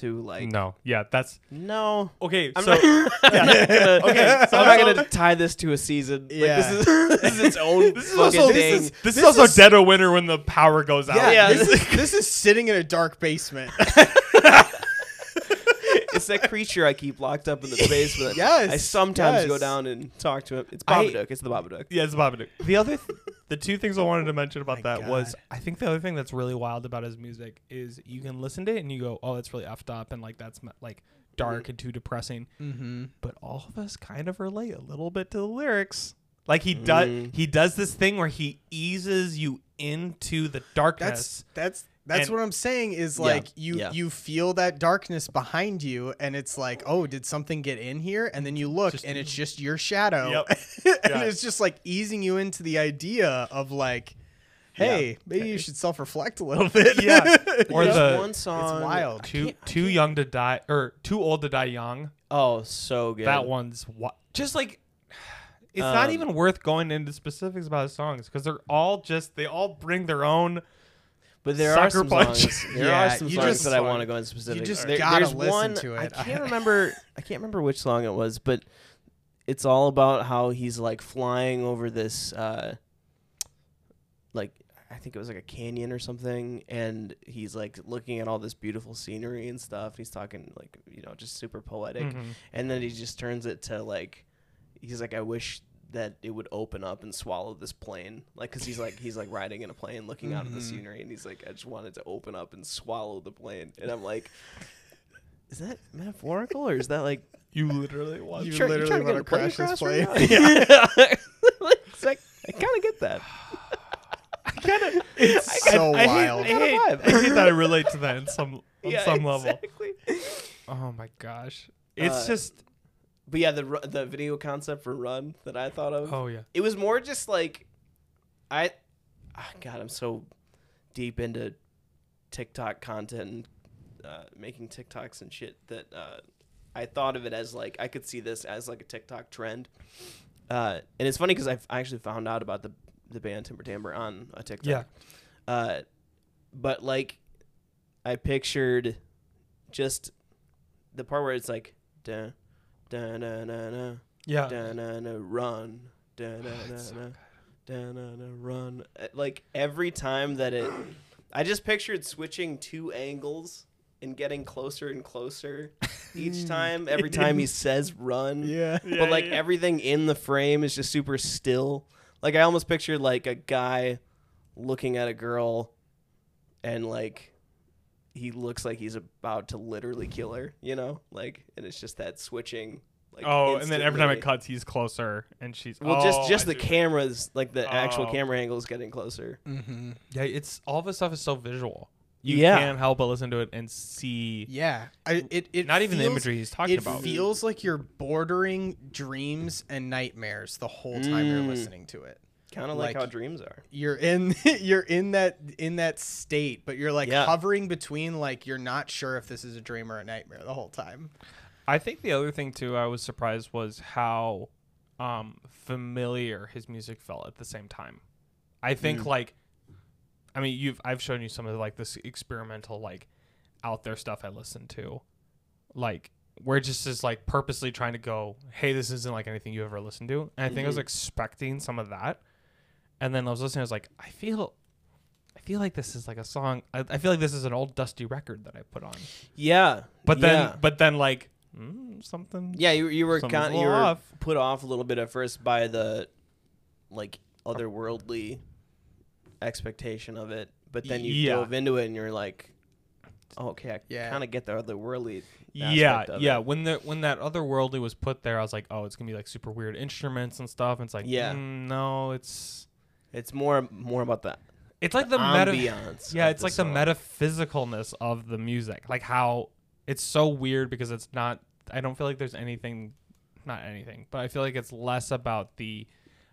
To like, no yeah that's no, okay I'm so (laughs) not, yeah, (laughs) I'm not gonna, Okay, so- I'm not gonna tie this to a season. Yeah. Like, this is (laughs) this is its own This is fucking also thing. this is, this is also dead of winter when the power goes out. Yeah, Yeah. (laughs) This, is, this is sitting in a (laughs) dark basement. it's that creature I keep locked up in the basement. Yes, I sometimes yes. go down and talk to him. It's I- Babadook. it's the Babadook. Yeah, it's Babadook. The other, th- the two things I wanted to mention about that was God. I think the other thing that's really wild about his music is you can listen to it and you go, oh, that's really effed up and like that's m- like dark and too depressing. mm-hmm. But all of us kind of relate a little bit to the lyrics. Like he does, Mm. he does this thing where he eases you into the darkness. That's that's that's And- what I'm saying is like you yeah. you feel that darkness behind you, and it's like, oh, did something get in here? And then you look, Just and it's just your shadow, Yep. (laughs) and Yeah. it's just like easing you into the idea of like, hey, maybe you should self reflect a little (laughs) bit. Yeah. Or There's the- one song. wild. too too young to die or too old to die young. Oh, so good. That one's what just like (sighs) it's not Um, even worth going into specifics about his songs because they're all just they all bring their own But there Sucker are some Punch. songs. There Yeah, are some you songs just- that I want to go in specific. just There- gotta there's listen one, to it. I (laughs) can't remember. I can't remember which song it was, but it's all about how he's like flying over this, uh, like I think it was like a canyon or something, and he's like looking at all this beautiful scenery and stuff. He's talking like you know just super poetic, Mhm. and then he just turns it to like he's like I wish that it would open up and swallow this plane like because he's like (laughs) he's like riding in a plane looking out at Mm-hmm. the scenery and he's like i just wanted to open up and swallow the plane and i'm (laughs) like is that metaphorical or is that like You literally was. You try- literally trying to wanna get a plane crash this across right plane. (laughs) (laughs) now? yeah (laughs) Like, it's like, i kind of get that It's so I, wild. I (laughs) hate, I, hate, Kinda vibe. I hate that I relate to that in some (laughs) on yeah, some level. exactly. Oh my gosh. It's Uh, just but yeah the ru- the video concept for run that i thought of oh yeah. it was more just like I ah, god I'm so deep into TikTok content and uh, making TikToks and shit that uh, I thought of it as like I could see this as like a TikTok trend uh, and it's funny because I actually found out about the the band Timber Tamber on a TikTok Yeah. uh, but like I pictured just the part where it's like da da da da da Yeah. Da-na-na, run. Da-na-na, It's so da-na-na, run. Uh, Like every time that it, I just pictured switching two angles and getting closer and closer (laughs) each time. Every time he says run, Yeah. Yeah, but like yeah, yeah. everything in the frame is just super still. Like I almost pictured like a guy looking at a girl, and like he looks like he's about to literally kill her. You know, like and it's just that switching. Like Oh, and then every time instantly. it cuts, he's closer, and she's Well, Oh, just just I the see. cameras, like the actual Oh. camera angle is getting closer. Mm-hmm. Yeah, it's all this stuff is so visual. You Yeah. can't help but listen to it and see Yeah. I, it, it not even the feels- imagery he's talking It about. feels like you're bordering dreams and nightmares the whole time you're Mm. listening to it. Kind of like, Like- how dreams are. You're in (laughs) you're in that in that state, but you're like Yeah. hovering between like you're not sure if this is a dream or a nightmare the whole time. I think the other thing too I was surprised was how um familiar his music felt at the same time. I think like I mean you've I've shown you some of like this experimental like out there stuff I listen to. Like we're just is like purposely trying to go, hey, this isn't like anything you ever listened to. And I think I was expecting some of that. And then I was listening, I was like, I feel I feel like this is like a song I, I feel like this is an old dusty record that I put on. Yeah, But then, yeah. but then, like mm, something. yeah, you, you were Something's kind, a you were little off. put off a little bit at first by the like otherworldly expectation of it, but then you Yeah. dove into it and you're like, oh, okay, I Yeah. kind of get the otherworldly. yeah, aspect of yeah. it. When the when that otherworldly was put there, I was like, oh, it's gonna be like super weird instruments and stuff. And it's like, yeah, Yeah. no, it's It's more more about the it's like the, meta. ambiance. Yeah, of it's like song. the metaphysicalness of the music, like how it's so weird because it's not. I don't feel like there's anything, not anything, but I feel like it's less about the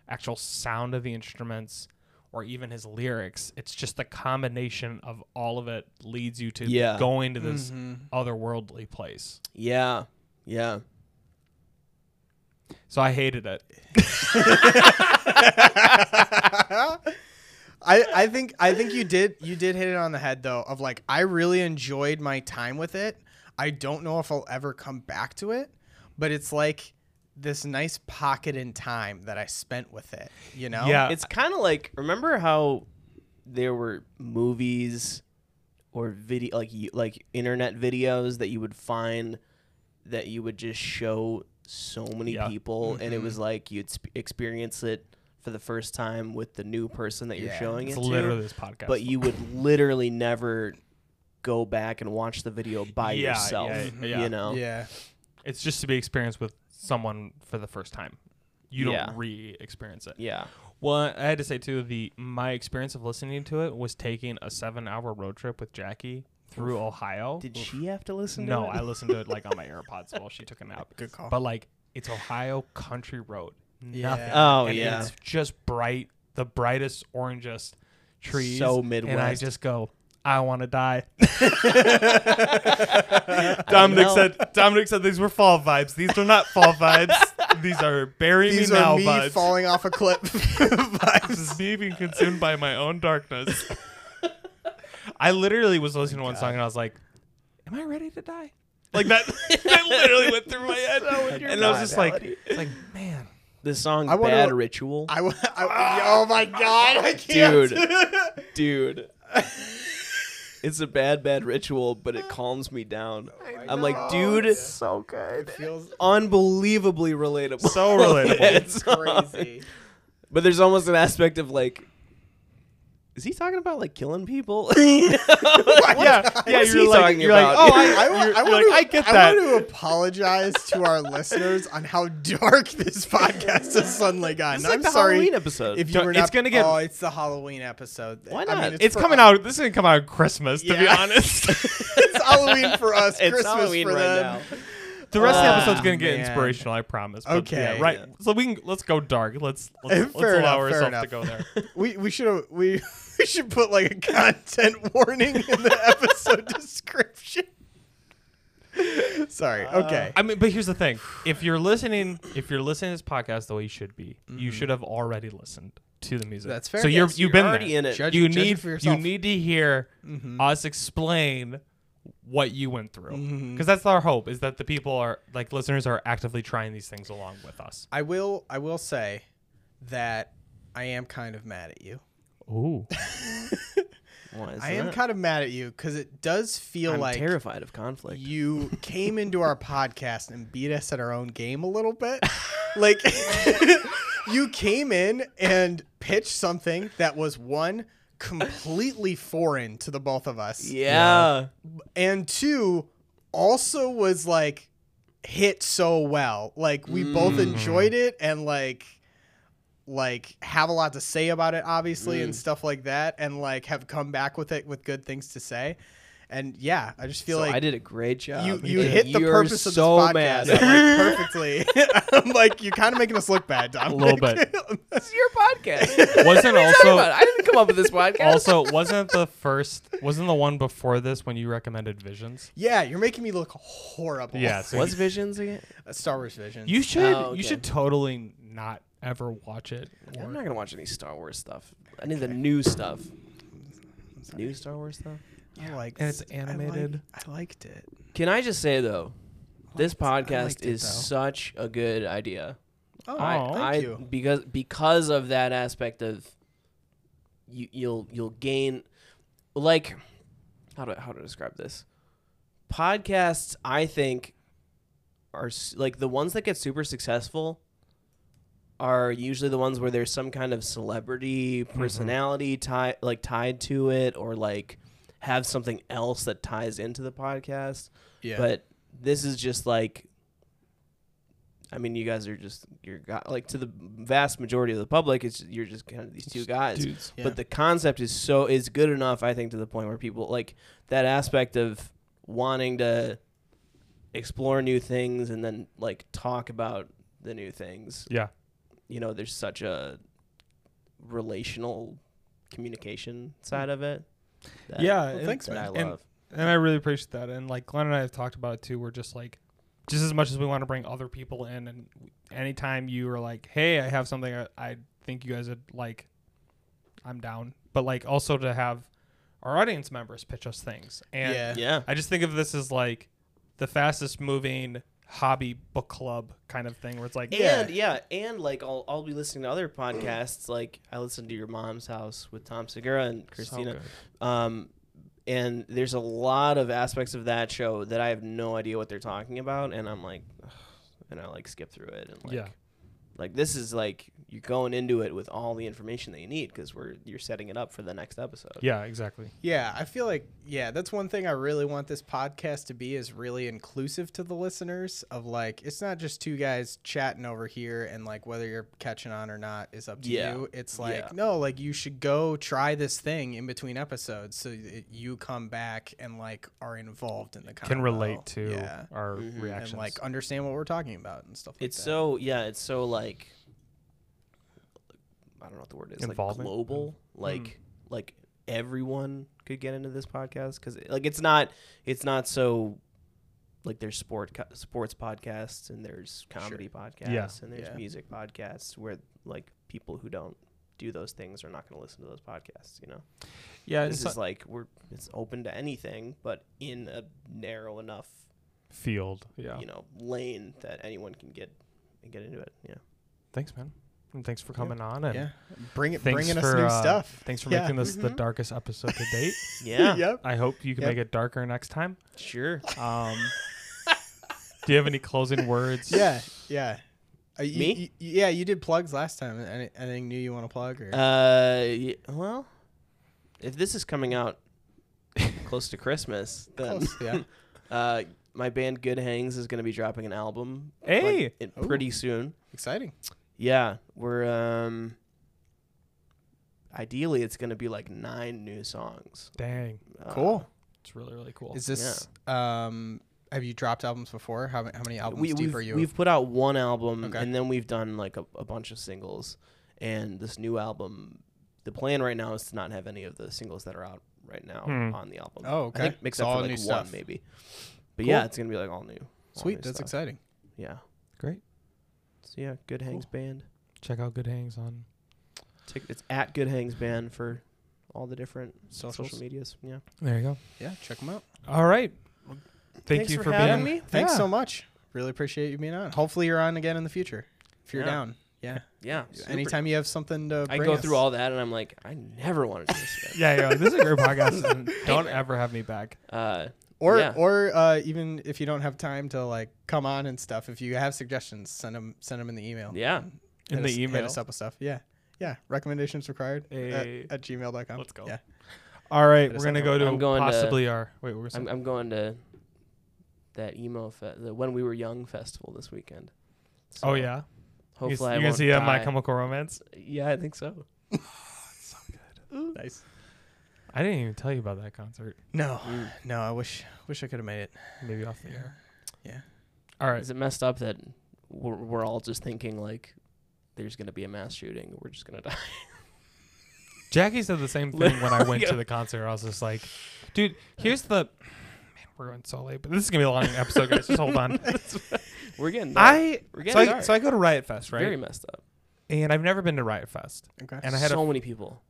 actual sound of the instruments or even his lyrics. It's just the combination of all of it leads you to Yeah. going to this otherworldly place. Yeah, yeah. So I hated it. I, I think I think you did you did hit it on the head though of like I really enjoyed my time with it. I don't know if I'll ever come back to it, but it's like this nice pocket in time that I spent with it, you know? Yeah. it's kind of like remember how there were movies or video like you- like internet videos that you would find that you would just show so many Yeah. people and it was like you'd sp- experience it for the first time with the new person that you're Yeah, showing It's it literally to this podcast. but you would literally never go back and watch the video by Yeah, yourself yeah, yeah. you know Yeah. it's just to be experienced with someone for the first time. You Yeah. don't re-experience it. yeah Well, I had to say too, the my experience of listening to it was taking a seven-hour road trip with Jackie through Ohio. did she have to listen no, to it I listened to it like on my AirPods while she took a nap. Good call. (laughs) But like, it's Ohio country road, nothing. Yeah. Oh, and yeah. it's just bright, the brightest orangest trees. So and I Midwest. just go, I want (laughs) to die. (laughs) I (laughs) Dominic know. said Dominic said these were fall vibes. These are not fall vibes. (laughs) These are bury These me now are me vibes. falling off a cliff (laughs) vibes. this is me being consumed by my own darkness. (laughs) I literally was listening to one song and I was like, "Am I ready to die?" Like that, (laughs) that literally went through my head, and I was just like, Mentality. it's like, man, The song I wonder "Bad what- Ritual." I, w- I w- oh my god, I can't. Dude. dude. (laughs) it's a bad, bad ritual, but it calms me down. I'm like, dude, so good, feels unbelievably relatable. (laughs) so relatable. That song. crazy. (laughs) But there's almost an aspect of like, is he talking about like killing (laughs) people? (laughs) yeah, yeah, yeah, What's you're he like, talking you're about? like, oh, I, I, wa- you're- I you're want like, I to, get that. want to apologize to our listeners on how dark this podcast has suddenly gotten. It's like I'm the sorry Halloween episode. (laughs) if you Don't- were it's not. gonna get- Oh, it's the Halloween episode. Why I not? mean, it's for coming us. out. This didn't come out at Christmas, to be Yeah. honest. it's Halloween for us. it's Christmas Halloween for right them. now. the rest of the Ah, episode's gonna get man. inspirational, I promise. But Okay. yeah, right. So we can let's go dark. Let's let's, let's Fair enough, allow ourselves fair to enough. go there. We we should we (laughs) we should put like a content (laughs) warning in the (laughs) episode description. Sorry. Okay. Uh, I mean, but here's the thing: if you're listening, if you're listening to this podcast the way you should be, you should have already listened to the music. That's fair, So you're yes, you've You're been already there. in it. Judge- You judge it need for you yourself. need to hear us explain what you went through because that's our hope is that the people are like listeners are actively trying these things along with us. I will I will say that I am kind of mad at you. Ooh, Why is I am that? kind of mad at you because it does feel I'm like terrified of conflict. you came into our podcast and beat us at our own game a little bit. like (laughs) you came in and pitched something that was one completely foreign to the both of us. yeah. and two also was like hit so well like we both Mm-hmm. enjoyed it and like like have a lot to say about it obviously Mm. and stuff like that and like have come back with it with good things to say and yeah i just feel So like I did a great job. you, you did. hit the You're purpose so of this mad. podcast like, perfectly (laughs) i'm like you're kind of making us look bad Dominic. little This is your podcast. wasn't also I didn't come up with this podcast. also wasn't the first wasn't the one before this when you recommended visions? (laughs) yeah you're making me look horrible (laughs) Yeah, so What's Visions again? star wars vision You should Oh, you okay. should totally not ever watch it. I'm not gonna watch any Star Wars stuff. I need the new stuff. New Star Wars stuff. I liked, And it's I liked- animated. I liked it Can I just say though, this podcast liked it, is though. such a good idea. Oh, I, Aw. I- thank you. because because of that aspect of you, you'll you'll gain like how to how to describe this podcasts. I think are s- like the ones that get super successful are usually the ones where there's some kind of celebrity Mm-hmm. personality tie like tied to it or like have something else that ties into the podcast Yeah. but this is just like I mean, you guys are just you're got, like to the vast majority of the public, it's you're just kind of these two guys. dudes. Yeah. But the concept is so is good enough, I think, to the point where people like that aspect of wanting to explore new things and then like talk about the new things. Yeah. You know, there's such a relational communication side of it. that- Yeah, Mm-hmm. Well, and- thanks, that I man. love. and- and I really appreciate that. And like Glenn and I have talked about it too. We're just like, just as much as we want to bring other people in, and anytime you are like, hey, I have something I, I think you guys would like, I'm down. But like also to have our audience members pitch us things. And Yeah. yeah. I just think of this as like the fastest moving hobby book club kind of thing where it's like, Yeah. And yeah, and like I'll I'll be listening to other (clears throat) podcasts. Like I listen to Your Mom's House with Tom Segura and Christina. um, and there's a lot of aspects of that show that I have no idea what they're talking about, and I'm like, ugh, and I like skip through it and like. Yeah. Like this is like you're going into it with all the information that you need because we're you're setting it up for the next episode. yeah, exactly. Yeah, I feel like yeah, that's one thing I really want this podcast to be is really inclusive to the listeners of like it's not just two guys chatting over here and like whether you're catching on or not is up to Yeah. you. It's like Yeah. no, like you should go try this thing in between episodes so that you come back and like are involved in the convo. Can relate to yeah, Mm-hmm. our and reactions. like understand what we're talking about and stuff. like It's that. so yeah, it's so like I don't know what the word is Involving? like global, Mm. like like everyone could get into this podcast because like it's not it's not so like there's sport co- sports podcasts and there's comedy podcasts and there's Yeah. music podcasts where like people who don't do those things are not going to listen to those podcasts. You know, Yeah, this is like we're it's open to anything, but in a narrow enough field. Yeah. you know lane that anyone can get and get into it. Yeah. Thanks, man. And thanks for coming on. And yeah. Bring it, Thanks bringing for us new uh, stuff. Thanks for Yeah. making (laughs) this the Mhm. darkest episode to date. (laughs) Yeah. yep. I hope you can Yep. make it darker next time. Sure. Um, do you have any closing words? Yeah, yeah. Uh, you- Me? you- yeah, you did plugs last time. Any, anything new you want to plug? Or Uh, y- well, if this is coming out close to Christmas, then (laughs) Close, yeah. uh, my band Good Hangs is going to be dropping an album. like, Hey! it- Ooh. pretty soon. Exciting. Yeah, we're um. Ideally, it's going to be like nine new songs. Dang. Uh, Cool. It's really, really cool. Is this? Um, have you dropped albums before? How, ma- how many albums we, deep we've, are you? we've put out one album Okay. and then we've done like a, a bunch of singles and this new album the plan right now is to not have any of the singles that are out right now Hmm. on the album Oh, I okay. think mixed So up all for like new one stuff. maybe but Cool. yeah it's gonna be like all new all Sweet, new that's stuff. exciting. yeah Great. so yeah good hangs band Check out Good Hangs on. Tick it's at good hangs band for all the different Socials. social medias yeah There you go. Yeah, check them out. All right. Thank Thanks you for for, having being me. Thanks Yeah. so much. Really appreciate you being on. Hopefully, you're on again in the future if you're Yeah. down. Yeah. yeah super. Anytime you have something to. i bring go us. through all that and i'm like i never want to do this (laughs) again (laughs) Yeah, yeah. This is a great podcast. and don't ever have me back. uh Or Yeah. or uh, even if you don't have time to like come on and stuff. If you have suggestions, send them send them in the email. yeah In Hit the us- email. Eh, Hit us up Uh, with stuff. Yeah. Yeah. Recommendations required Hey. at, at gmail.com. Let's go. Yeah. All right. Hit us We're going to up. go to I'm going to- possibly our. Wait, we're I'm, going I'm going to that emo fe- the when we were young festival this weekend. So Oh, yeah. You- Hopefully, I You're won't to see uh, My die. Chemical Romance? Yeah, I think (sighs) so. Nice. I didn't even tell you about that concert. No, Mm. no. I wish wish I could have made it. Maybe off the air. Yeah. All right. (laughs) Is it messed up that we're, we're all just thinking like there's gonna be a mass shooting? We're just gonna die. Jackie said the same thing when I went to the concert. I was just like, dude, here's the. Man, we're going so late, but this is going to be a long episode, guys. Just (laughs) hold on. We're getting dark. I We're so, getting I dark. so I go to Riot Fest, right? very messed up. and I've never been to Riot Fest. Okay. And I had so a, many people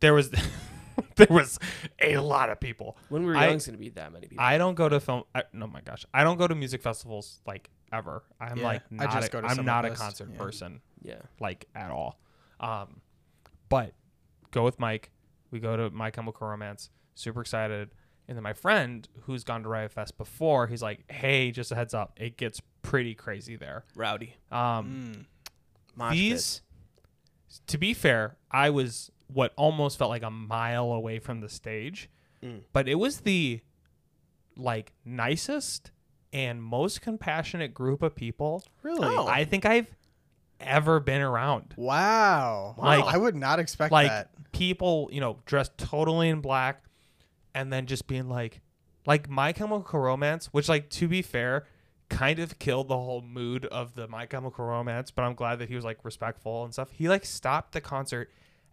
there was (laughs) there was a lot of people. when we were I- young. It's gonna be that many people. I don't go to film. I, no, my gosh, I don't go to music festivals like ever. I'm Yeah, like I not. just a, go to I'm some not a of those, concert yeah. person yeah, like at all. Um, but go with Mike. We go to My Chemical Romance. Super excited. And then my friend who's gone to Riot Fest before, he's like, "Hey, just a heads up, it gets pretty crazy there." rowdy. Um, Mm, Mosh these to be fair i was what almost felt like a mile away from the stage Mm. but it was the like nicest and most compassionate group of people Really? Oh. i think i've ever been around Wow. Like- I would not expect like that. people you know dressed totally in black and then just being like like my chemical romance which like to be fair kind of killed the whole mood of the my chemical romance but i'm glad that he was like respectful and stuff he like stopped the concert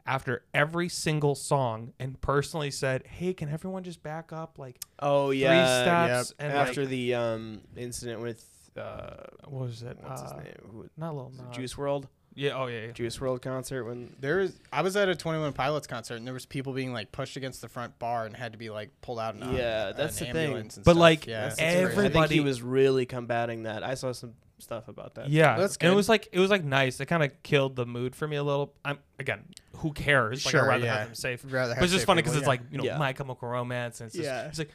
after every single song and personally said hey can everyone just back up like pit. Oh yeah. steps yep. and, after like- the um incident with uh, what was it what's his Uh, name? Who, not little was it Nas. Juice World. yeah oh yeah, yeah. Juice World concert when There is. I was at a Twenty One Pilots concert, and there was people being like pushed against the front bar and had to be like pulled out. And on Yeah, that's an the thing. ambulance and But, stuff. like, yeah, that's it's crazy. everybody- I think he was really combating that. I saw some stuff about that. Yeah, That's and it good. was like it was like nice. It kind of killed the mood for me a little. I'm again, who cares? Like, I'd Sure, rather yeah. have them safe. I'd rather But have it's just safe funny people, because it's yeah. like you know Yeah. My Chemical Romance, and it's just, Yeah. it's like,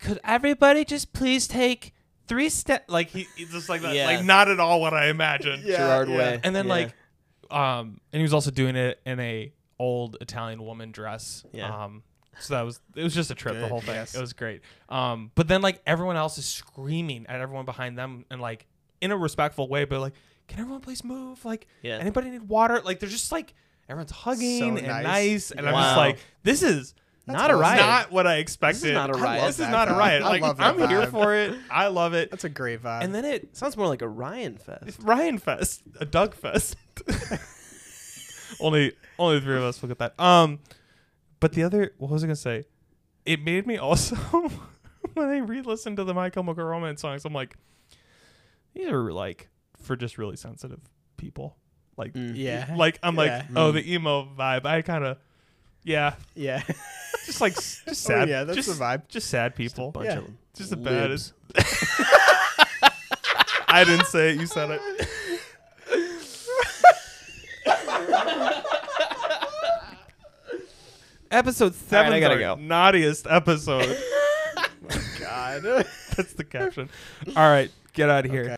could everybody just please take three step? Like he he's just like that, Yeah. like not at all what I imagined. (laughs) Yeah, Gerard yeah. Way. And then Yeah. like, um, and he was also doing it in a old Italian woman dress. Yeah. Um, so that was it was just a trip the Good, whole thing. yes. It was great. Um, but then like everyone else is screaming at everyone behind them and like in a respectful way, but like, can everyone please move? Like, Yeah. anybody need water? Like, they're just like everyone's hugging So and nice, nice. and I'm Wow. just like, this is. That's not a awesome. riot. Not Not what I expected. not a I riot. love This is that not a vibe. riot. I Like, love that I'm here vibe. for it. I love it. That's a great vibe. And then it sounds more like a Ryan fest. Ryan Fest, a Doug Fest. (laughs) only only the three of us will get that. Um, but the other, what was I gonna say? It made me also (laughs) when I re-listened to the Michael Chemical Romance songs, I'm like, these are like for just really sensitive people. Like, Yeah. like I'm like, Mm. Yeah. Mm. oh, the emo vibe. I kind of, yeah, (laughs) Yeah. just like (laughs) s- just sad. Oh, yeah, that's just, the vibe. Just sad people. bunch Yeah. of them. Just (laughs) the baddest. (laughs) I didn't say it. You said (laughs) it. Oh episode seven. gotta our go. Naughtiest episode. (laughs) God. That's the caption. All right, get out of here. Okay.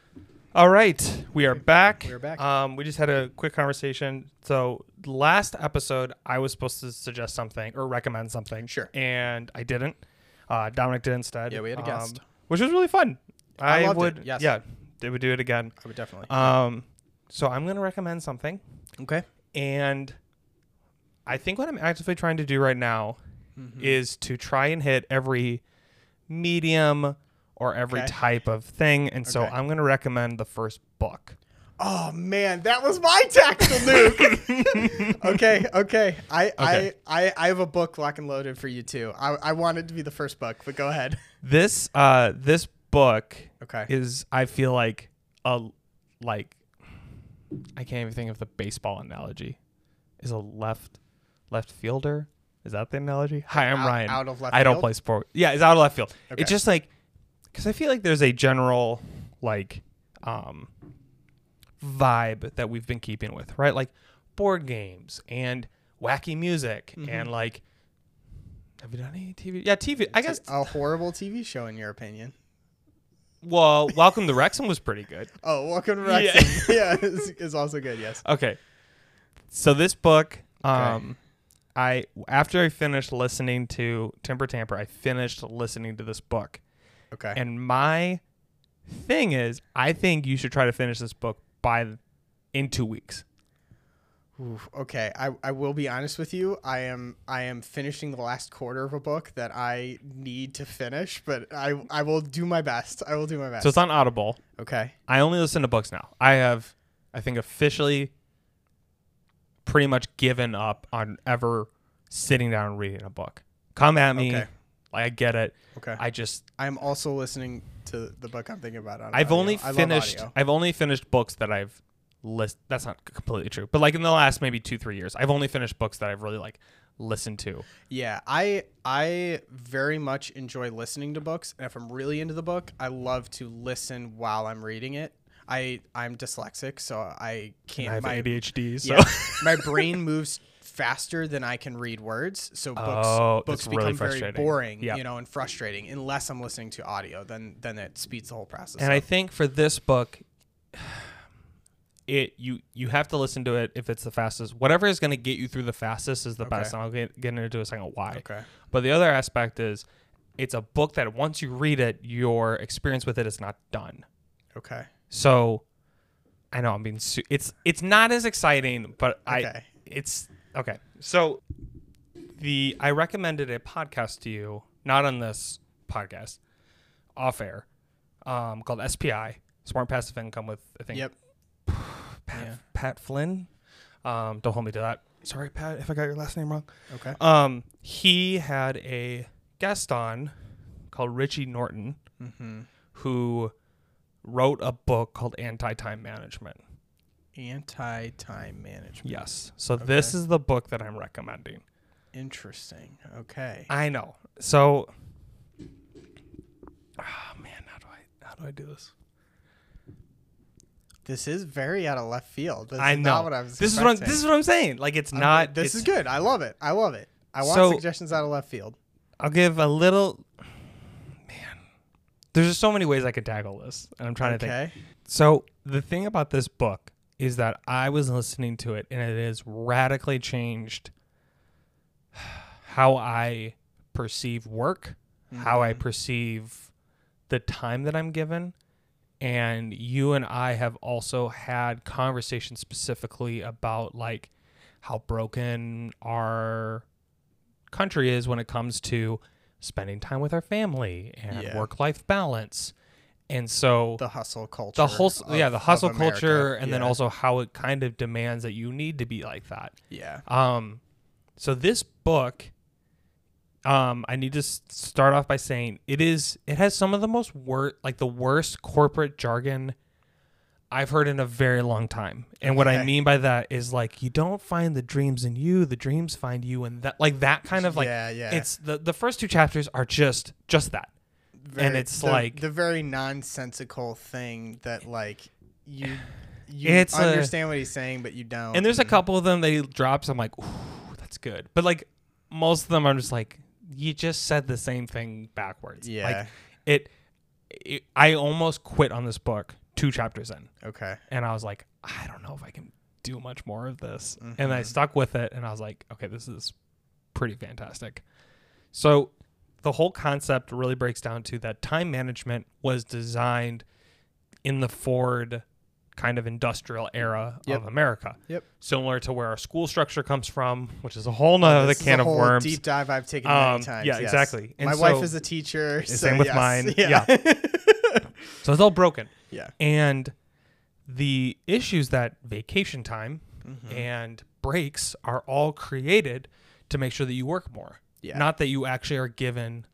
All right, we are back. We are back. Um, we just had a quick conversation. So last episode, I was supposed to suggest something or recommend something. Sure. And I didn't. Uh, Dominic did instead. Um, Yeah, we had a guest. which was really fun. I I, loved it, would. yes. Yeah, they would do it again. I would definitely. Um, so I'm gonna recommend something, okay. and I think what I'm actively trying to do right now Mm-hmm. is to try and hit every medium or every Okay. type of thing. And so Okay. I'm going to recommend the first book. Oh man, that was my tactical (laughs) nuke. okay, okay. I, Okay. I I I have a book lock and loaded for you too. I, I wanted to be the first book, but go ahead. This uh this book Okay. is I feel like a like I can't even think of the baseball analogy. Is a left left fielder? Is that the analogy? Hi, I'm Out- Ryan. out of left I don't field? play sport. Yeah, it's out of left field. Okay. It's just like because I feel like there's a general like um vibe that we've been keeping with, right? Like board games and wacky music Mm-hmm. and like have you done any TV? Yeah, TV. I guess. a horrible TV show in your opinion. Well, Welcome to Wrexham was pretty (laughs) good. Oh, welcome to Yeah. Wrexham. (laughs) Yeah, is, is also good. Yes. Okay. So this book, um, I after I finished listening to Timber Tamper, I finished listening to this book, Okay. and my thing is, I think you should try to finish this book by th- in two weeks. Oof, okay, I, I will be honest with you. I am I am finishing the last quarter of a book that I need to finish, but I I will do my best. I will do my best. So it's on Audible. okay. I only listen to books now. I have, I think, officially pretty much given up on ever sitting down and reading a book. Come at me, Okay. like I get it. Okay. I just I am also listening to the book I'm thinking about. On I've audio. only I love finished. audio. I've only finished books that I've list. That's not c- completely true, but like in the last maybe two three years, I've only finished books that I've really like listened to. Yeah, I I very much enjoy listening to books, and if I'm really into the book, I love to listen while I'm reading it. I I'm dyslexic, so I And can't. I have my, ADHD, so yeah, (laughs) (laughs) my brain moves faster than I can read words, so books Oh, books it's really become very frustrating. boring, Yeah. you know, and frustrating unless I'm listening to audio. Then then it speeds the whole process. and up. I think for this book, it you you have to listen to it if it's the fastest. Whatever is going to get you through the fastest is the best, and I'll get, get into a second why. Okay. But the other aspect is, it's a book that once you read it, your experience with it is not done. okay. So, I know I'm being su- it's it's not as exciting, but I Okay. it's okay. So, the I recommended a podcast to you, not on this podcast, off air, um, called SPI Smart Passive Income with I think Yep. Pat, yeah. Pat Flynn. Um, don't hold me to that. Sorry, Pat, if I got your last name wrong. Okay. Um, he had a guest on called Richie Norton, Mm-hmm. who wrote a book called Anti Time Management. Anti time management. Yes. So this is the book that I'm recommending. Interesting. Okay. I know. So, oh man, how do I how do I do this? This is very out of left field. This I is know. not what I was. this is what I'm, expecting. this is what I'm saying. Like it's I'm- not. This is it's- good. I love it. I love it. I want So- suggestions out of left field. I'll give a little. Man, there's just so many ways I could tackle this, and I'm trying to think. Okay. So the thing about this book is that I was listening to it and it has radically changed (sighs) how I perceive work, how I perceive the time that I'm given. And you and I have also had conversations specifically about like how broken our country is when it comes to spending time with our family and Yeah. work life balance. And so The hustle culture. the whole of- yeah the of hustle America. culture and then Yeah. also how it kind of demands that you need to be like that yeah. um so this book um i need to s- start off by saying it is it has some of the most wor- like the worst corporate jargon I've heard in a very long time. And what I Okay. mean by that is like you don't find the dreams in you, the dreams find you and that like that kind of like Yeah, yeah. it's the the first two chapters are just just that. and it's the- like the very nonsensical thing that like you (sighs) you It's a- understand what he's saying, but you don't. and there's a couple of them that he drops I'm like, "Ooh, that's good." But like most of them are just like you just said the same thing backwards. Yeah. Like it, it I almost quit on this book 2 chapters in. okay. and I was like, I don't know if I can do much more of this. And Mm-hmm. I stuck with it, and I was like, okay, this is pretty fantastic. So the whole concept really breaks down to that time management was designed in the Ford kind of industrial era Yep. of America. Yep. Similar to where our school structure comes from, which is a whole nother This is Oh, can a of whole worms. Deep dive I've taken Um, many times. yeah, yes. exactly. And My so- wife is a teacher. so same with yes. mine. yeah. so it's all broken. Yeah. And the issues that vacation time Mm-hmm. and breaks are all created to make sure that you work more. (laughs) Yeah. Not that you actually are given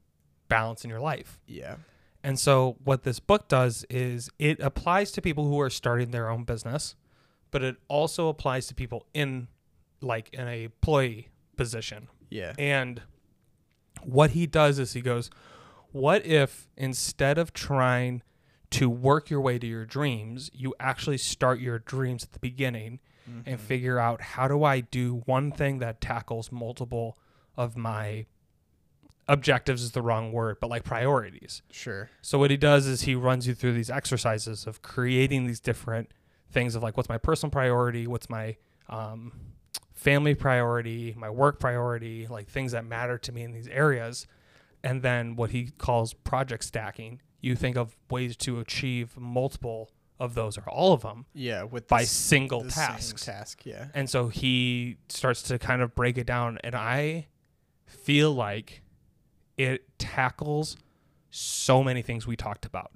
balance in your life. yeah. And so what this book does is it applies to people who are starting their own business, but it also applies to people in like in a employee position. Yeah. And what he does is he goes, What if instead of trying to work your way to your dreams, you actually start your dreams at the beginning and figure out how do I do one thing that tackles multiple of my objectives is the wrong word, but like priorities. Sure. So what he does is he runs you through these exercises of creating these different things of like what's my personal priority, what's my um, family priority, my work priority, like things that matter to me in these areas, and then what he calls project stacking. You think of ways to achieve multiple of those or all of them Yeah. With by the s- single the same tasks. Task. Yeah. And so he starts to kind of break it down. And I feel like it tackles so many things we talked about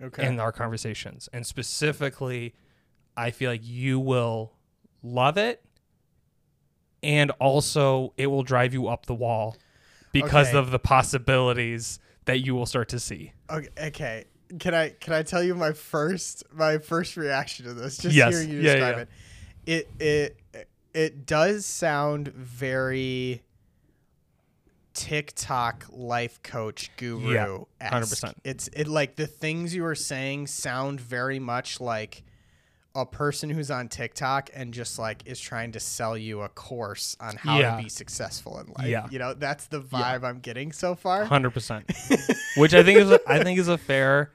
Okay. in our conversations. And specifically, I feel like you will love it. And also, it will drive you up the wall because Okay. of the possibilities that you will start to see. Okay, okay. Can I can I tell you my first my first reaction to this? Just Yes. hearing you Yeah, describe yeah. it. It it it does sound very TikTok life coach guru. Yeah, 100%. It's it like the things you are saying sound very much like a person who's on TikTok and just like is trying to sell you a course on how Yeah. to be successful in life. Yeah. You know, that's the vibe I'm getting so far. hundred percent. Which I think is a, I think is a fair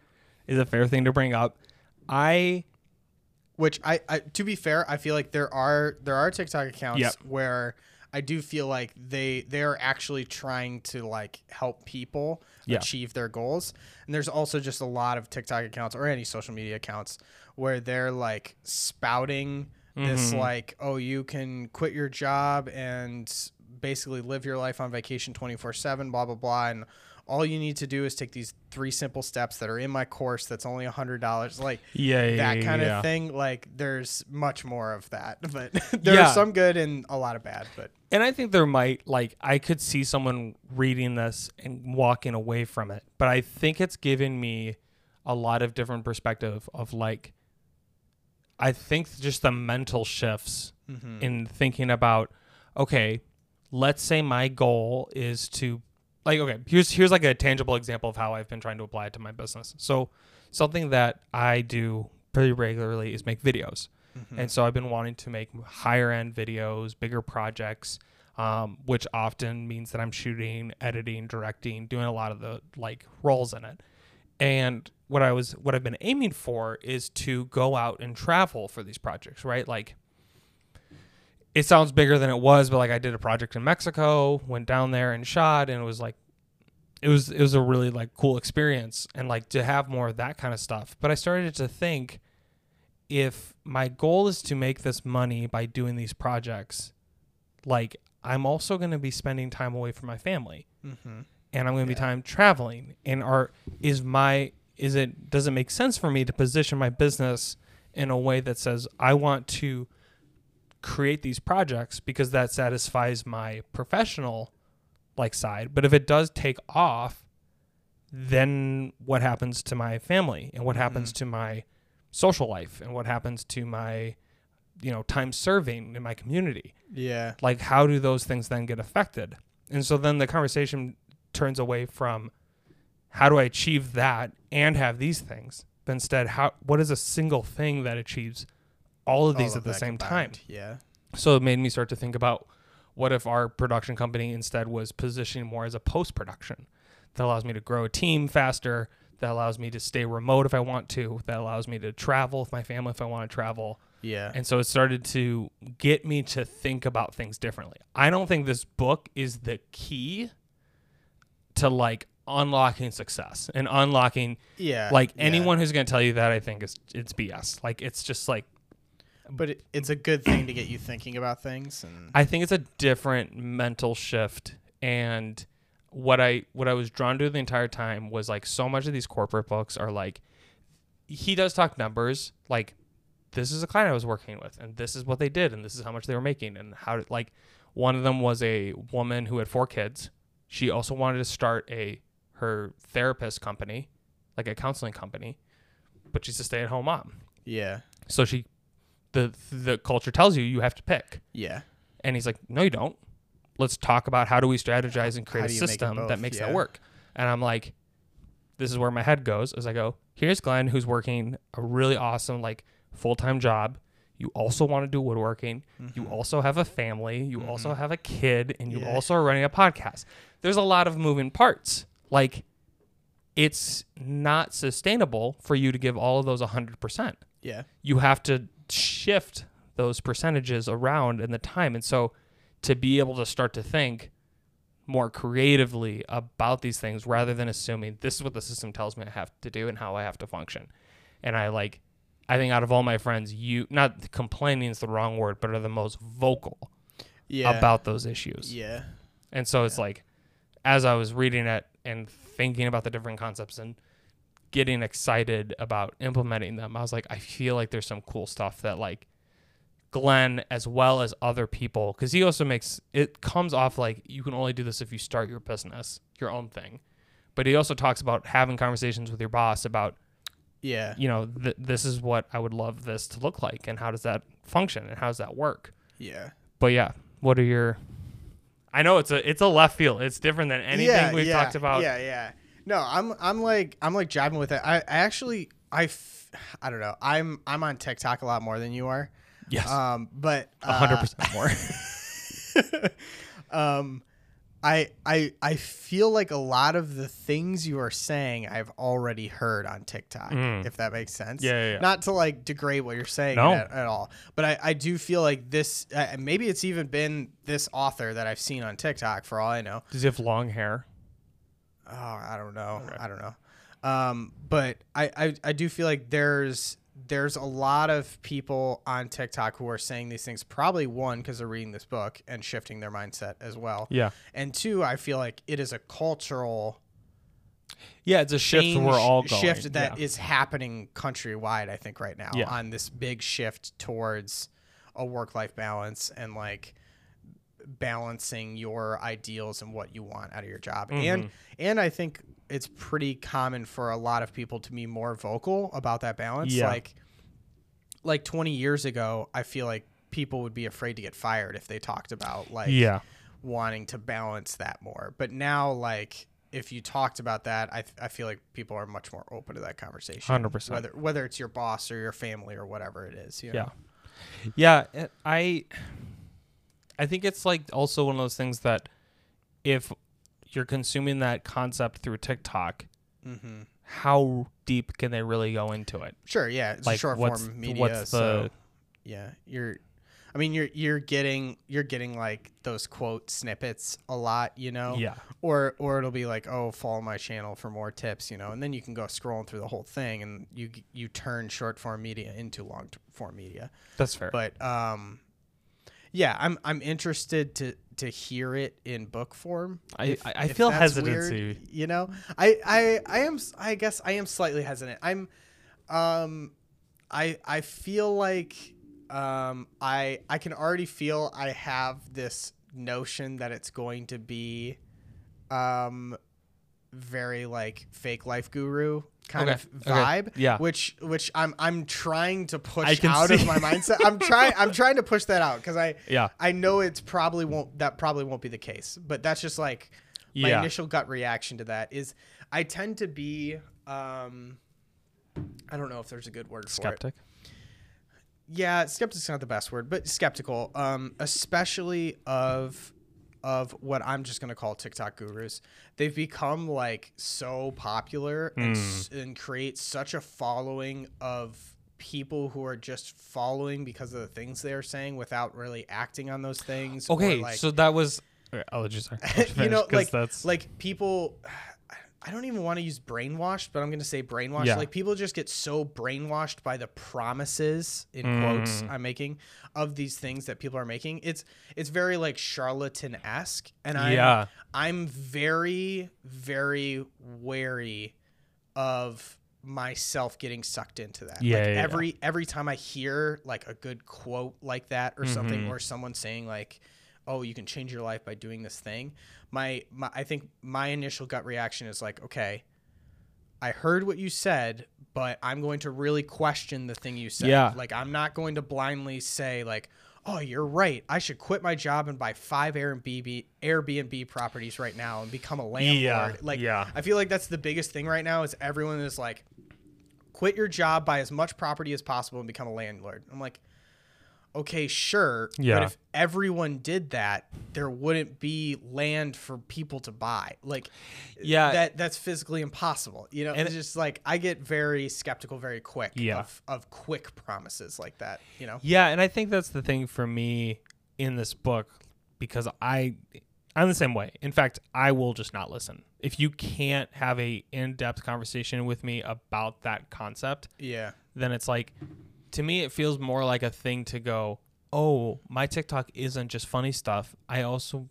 is a fair thing to bring up. I which I, I to be fair i feel like there are there are tiktok accounts Yep. where i do feel like they they're actually trying to like help people Yeah. achieve their goals and there's also just a lot of tiktok accounts or any social media accounts where they're like spouting this Mm-hmm. like oh you can quit your job and basically live your life on vacation 24/7 blah blah blah and all you need to do is take these three simple steps that are in my course that's only $100 like yeah yeah, that yeah, kind Eh, yeah. of thing. Like there's much more of that, (laughs) but there Yeah. are some good and a lot of bad. But and I think there might like I could see someone reading this and walking away from it, but I think it's given me a lot of different perspective of like I think just the mental shifts mm-hmm, in thinking about okay, let's say my goal is to like okay, here's here's like a tangible example of how I've been trying to apply it to my business. So something that I do pretty regularly is make videos. And so I've been wanting to make higher end videos, bigger projects, um, which often means that I'm shooting, editing, directing, doing a lot of the like roles in it. And what I was, what I've been aiming for is to go out and travel for these projects, right? Like, it sounds bigger than it was, but like I did a project in Mexico, went down there and shot, and it was like, it was it was a really like cool experience, and like to have more of that kind of stuff. But I started to think, if my goal is to make this money by doing these projects, like I'm also going to be spending time away from my family, mm-hmm. and I'm going to be time traveling. And are is my is it does it make sense for me to position my business in a way that says I want to create these projects because that satisfies my professional like side. But if it does take off, then what happens to my family and what happens to my social life and what happens to my you know time serving in my community Yeah. like how do those things then get affected and so then the conversation turns away from how do i achieve that and have these things but instead how what is a single thing that achieves all of these at All of the that same time combined. Yeah. so it made me start to think about what if our production company instead was positioning more as a post production that allows me to grow a team faster, that allows me to stay remote if I want to, that allows me to travel with my family if I want to travel. Yeah. And so it started to get me to think about things differently. I don't think this book is the key to like unlocking success and unlocking yeah. like Uh, yeah. anyone who's going to tell you that I think is it's BS. Like it's just like But it, it's a good thing to get you thinking about things and I think it's a different mental shift and what I what I was drawn to the entire time was like so much of these corporate books are like he does talk numbers like this is a client I was working with and this is what they did and this is how much they were making and how did like one of them was a woman who had four kids. She also wanted to start a her therapist company, like a counseling company, but she's a stay-at-home mom. yeah. So she the the culture tells you you have to pick. Yeah. And he's like, no, you don't. Let's talk about how do we strategize and create How a do you make it system that both? makes Yeah. that work. And I'm like, this is where my head goes as I go, here's Glenn who's working a really awesome, like full time job. You also want to do woodworking. You also have a family. You also have a kid and you Mm-hmm. Yeah. also are running a podcast. There's a lot of moving parts. Like it's not sustainable for you to give all of those 100% Yeah. you have to shift those percentages around in the time. And so to be able to start to think more creatively about these things rather than assuming this is what the system tells me I have to do and how I have to function. And I like, I think out of all my friends, you not complaining is the wrong word, but are the most vocal Yeah. about those issues. Yeah. And so it's like, as I was reading it and thinking about the different concepts and getting excited about implementing them, I was like, I feel like there's some cool stuff that like Glenn, as well as other people, because he also makes it comes off like you can only do this if you start your business, your own thing. But he also talks about having conversations with your boss about, Yeah. you know, th- this is what I would love this to look like and how does that function and how does that work. Yeah. But yeah, what are your? I know it's a it's a left field. It's different than anything Yeah, we've yeah, talked about. Yeah, yeah. No, I'm I'm like I'm like jiving with it. I, I actually I f- I don't know. I'm I'm on TikTok a lot more than you are. Yes, Um, but a hundred percent more. (laughs) um, I I I feel like a lot of the things you are saying I've already heard on TikTok, if that makes sense. Mm. Yeah, yeah, yeah. Not to like degrade what you're saying No. at, at all, but I I do feel like this. Uh, and maybe it's even been this author that I've seen on TikTok for all I know. Does he have long hair? Oh, I don't know. I don't know. Um, but I, I I do feel like there's there's a lot of people on TikTok who are saying these things. Probably one because they're reading this book and shifting their mindset as well. Yeah, And two, I feel like it is a cultural yeah. It's a shift change- we're all going. shift that is yeah. happening countrywide. I think right now Yeah. on this big shift towards a work life balance and like balancing your ideals and what you want out of your job. Mm-hmm. And and I think it's pretty common for a lot of people to be more vocal about that balance. Yeah. Like like 20 years ago, I feel like people would be afraid to get fired if they talked about like yeah, wanting to balance that more. But now, like, if you talked about that, I, th- I feel like people are much more open to that conversation. 100%. Whether whether it's your boss or your family or whatever it is. You know? yeah, yeah. it- I I think it's like also one of those things that if you're consuming that concept through TikTok, Mm-hmm. how deep can they really go into it? Sure. Yeah. It's Like a short what's form media. what's so the yeah, you're. I mean, you're you're getting you're getting like those quote snippets a lot, you know. yeah Or or it'll be like, oh, follow my channel for more tips, you know, and then you can go scrolling through the whole thing, and you you turn short form media into long form media. that's fair. but um yeah i'm i'm interested to to hear it in book form I- if- I- I if feel that's weird, hesitancy. you know i i i am s- i guess i am slightly hesitant i'm um i i feel like um i i can already feel i have this notion that it's going to be um very like fake life guru kind Okay, of okay, vibe. yeah. Which which I'm I'm trying to I push can out see. of my mindset. I'm trying I'm trying to push that out because I Yeah. I know it's probably won't that probably won't be the case. But that's just like my Yeah. initial gut reaction to that is I tend to be um I don't know if there's a good word for it skeptic. yeah skeptic's not the best word but skeptical um especially of of what i'm just going to call tiktok gurus they've become like so popular Hmm. and, s- and create such a following of people who are just following because of the things they are saying without really acting on those things or, Okay, like- so that was. Alright, I'll let you (laughs) start. I'll let you know, 'cause like that's like people. (sighs) I don't even want to use brainwashed, but I'm going to say brainwashed. Yeah. Like people just get so brainwashed by the promises in Mm. quotes I'm making of these things that people are making. It's it's very like charlatan esque, and I Yeah. am I'm very very wary of myself getting sucked into that. Yeah, like yeah, yeah. every every time I hear like a good quote like that or something Mm-hmm. or someone saying like, "Oh, you can change your life by doing this thing," my, my I think my initial gut reaction is like, "Okay, I heard what you said, but I'm going to really question the thing you said. Yeah. Like I'm not going to blindly say like." Oh, you're right. I should quit my job and buy five Airbnb Airbnb properties right now and become a landlord. like, yeah. I feel like that's the biggest thing right now is everyone is like, quit your job, buy as much property as possible, and become a landlord. I'm like, okay, sure. Yeah. But if everyone did that, there wouldn't be land for people to buy. Like, Yeah. that that's physically impossible. You know, Uh, And- it's just like I get very skeptical very quick Yeah. of, of quick promises like that. You know, Yeah, and I think that's the thing for me in this book because I I'm the same way. In fact, I will just not listen. If you can't have a in-depth conversation with me about that concept, yeah, then it's like to me it feels more like a thing to go, "Oh, my TikTok isn't just funny stuff. I also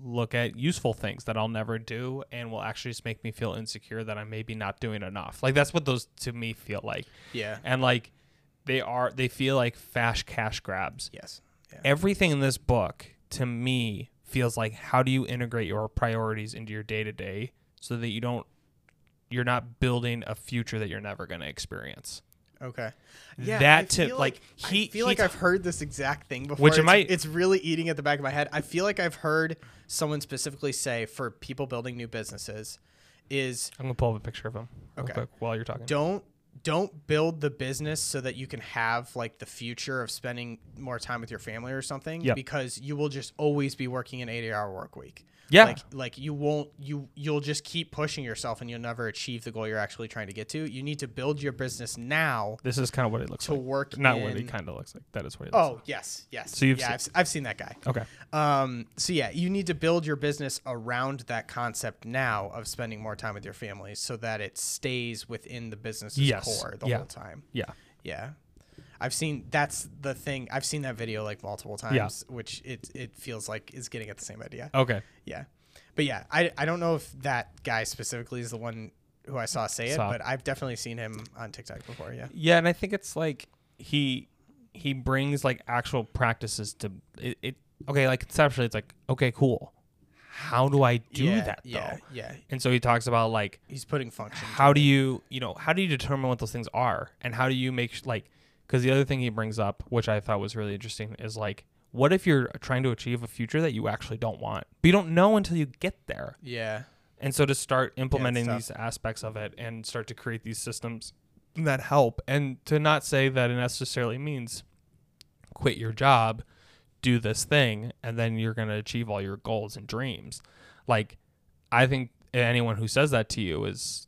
look at useful things that I'll never do and will actually just make me feel insecure that I'm maybe not doing enough." Like that's what those to me feel like yeah, and like they are they feel like fast cash grabs yes, yeah, everything in this book to me feels like how do you integrate your priorities into your day-to-day so that you don't you're not building a future that you're never going to experience okay. that I to- feel like, he- I feel he like t- I've heard this exact thing before. Which it it's, might- it's really eating at the back of my head. I feel like I've heard someone specifically say for people building new businesses is i'm going to pull up a picture of him real Okay. quick while you're talking don't don't build the business so that you can have like the future of spending more time with your family or something Yep. because you will just always be working an 80 hour work week Yeah. like like you won't you you'll just keep pushing yourself and you'll never achieve the goal you're actually trying to get to you need to build your business now this is kind of what it looks to like work not in, what it kind of looks like that is what it looks oh yes yes So you've yeah se- I've, s- I've seen that guy like okay um, so yeah, you need to build your business around that concept now of spending more time with your family so that it stays within the business's Yes. core the Yeah. whole time. yeah Yeah. I've seen that's the thing. I've seen that video like multiple times, which it it feels like is getting at the same idea. okay Yeah. But yeah, I, I don't know if that guy specifically is the one who I saw say it, Saw. but I've definitely seen him on TikTok before. Yeah. Yeah, and I think it's like he he brings like actual practices to it. it okay, like conceptually, it's like okay, cool. How do I do yeah, that though? Yeah. Yeah. And so he talks about like He's putting function. how do you you know how do you determine what those things are and how do you make sh- like because the other thing he brings up, which I thought was really interesting, is like what if you're trying to achieve a future that you actually don't want, but you don't know until you get there. Yeah. And so to start implementing tough. these aspects of it and start to create these systems that help, and to not say that it necessarily means quit your job, do this thing, and then you're going to achieve all your goals and dreams. Like, I think anyone who says that to you is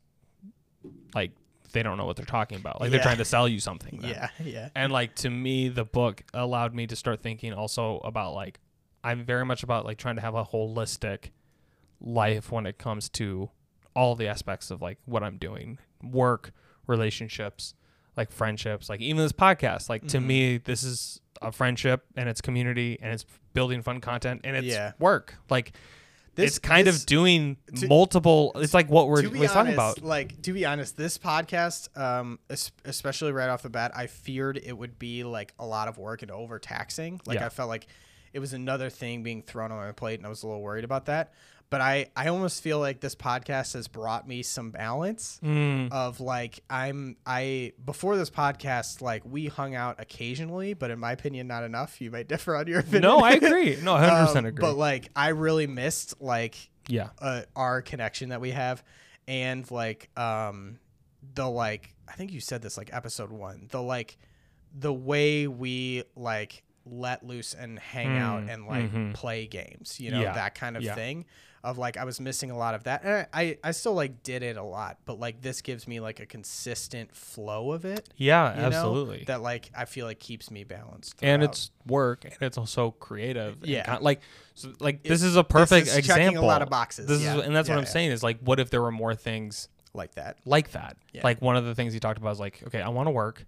like, they don't know what they're talking about. Like, they're Yeah. trying to sell you something. then. (laughs) Yeah. Yeah. And like to me, the book allowed me to start thinking also about like I'm very much about like trying to have a holistic life when it comes to all the aspects of like what I'm doing, work, relationships, like friendships, like even this podcast. Like Mm-hmm. to me, this is a friendship and it's community and it's building fun content and it's Yeah. work. Like This- it's kind this- of doing to- multiple. It's like what we're, to be we're honest, talking about. Like to be honest, this podcast, um, es- especially right off the bat, I feared it would be like a lot of work and overtaxing. Like Yeah. I felt like it was another thing being thrown on my plate, and I was a little worried about that. but I I almost feel like this podcast has brought me some balance Mm. (laughs) of like I'm I before this podcast like we hung out occasionally, but in my opinion not enough. You might (laughs) differ on your opinion. No, (laughs) I agree. No, 100% Um, agree. But like I really missed like yeah. uh, our connection that we have and like um the like i think you said this like episode one the like the way we like let loose and hang out and like play games you know Hmm. Mm-hmm. Yeah. that kind of Yeah. thing of like i was missing a lot of that and I, I i still like did it a lot but like this gives me like a consistent flow of it Yeah, you know, absolutely. that like i feel like keeps me balanced and throughout. it's work and it's also creative and Yeah. kind- like so, like this is a perfect is checking a example lot of boxes. this Yeah. is and that's Yeah, what i'm yeah. saying is like what if there were more things like that like that Yeah. like one of the things he talked about is like okay i want to work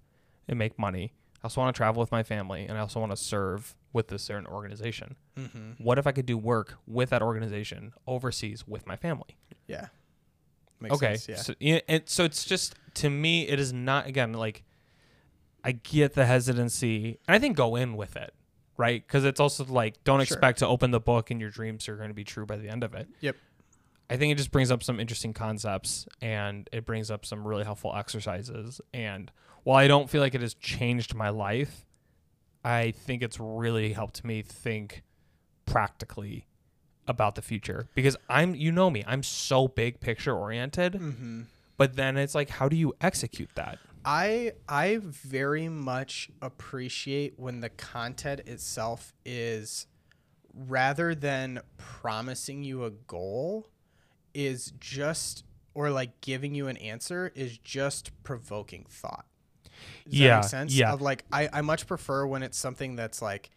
and make money i also want to travel with my family and i also want to serve with this certain organization Mm-hmm. what if i could do work with that organization overseas with my family yeah Makes okay sense, yeah so, yeah, and so it's just to me it is not again like i get the hesitancy and i think go in with it right because it's also like don't expect to open the book and your dreams are going to be true by the end of it yep i think it just brings up some interesting concepts and it brings up some really helpful exercises and while i don't feel like it has changed my life i think it's really helped me think practically about the future because i'm you know me i'm so big picture oriented Mm-hmm. but then it's like how do you execute that I I very much appreciate when the content itself is rather than promising you a goal is just or like giving you an answer is just provoking thought. Does that Yeah, make sense? yeah. Of like I, I much prefer when it's something that's like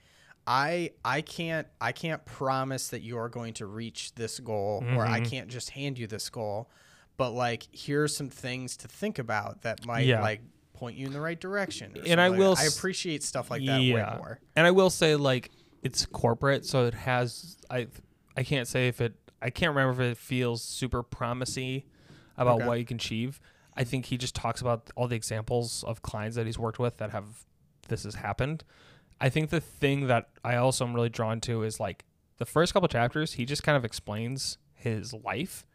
I I can't I can't promise that you're going to reach this goal or I Mm-hmm. can't just hand you this goal, but like here's some things to think about that might Yeah. like point you in the right direction. or And I something like will that. I s- appreciate stuff like that way more. And I will say like it's corporate, so it has I I can't say if it I can't remember if it feels super promisey about Okay. what you can achieve. I think he just talks about all the examples of clients that he's worked with that have this has happened. I think the thing that I also am really drawn to is like the first couple chapters, he just kind of explains his life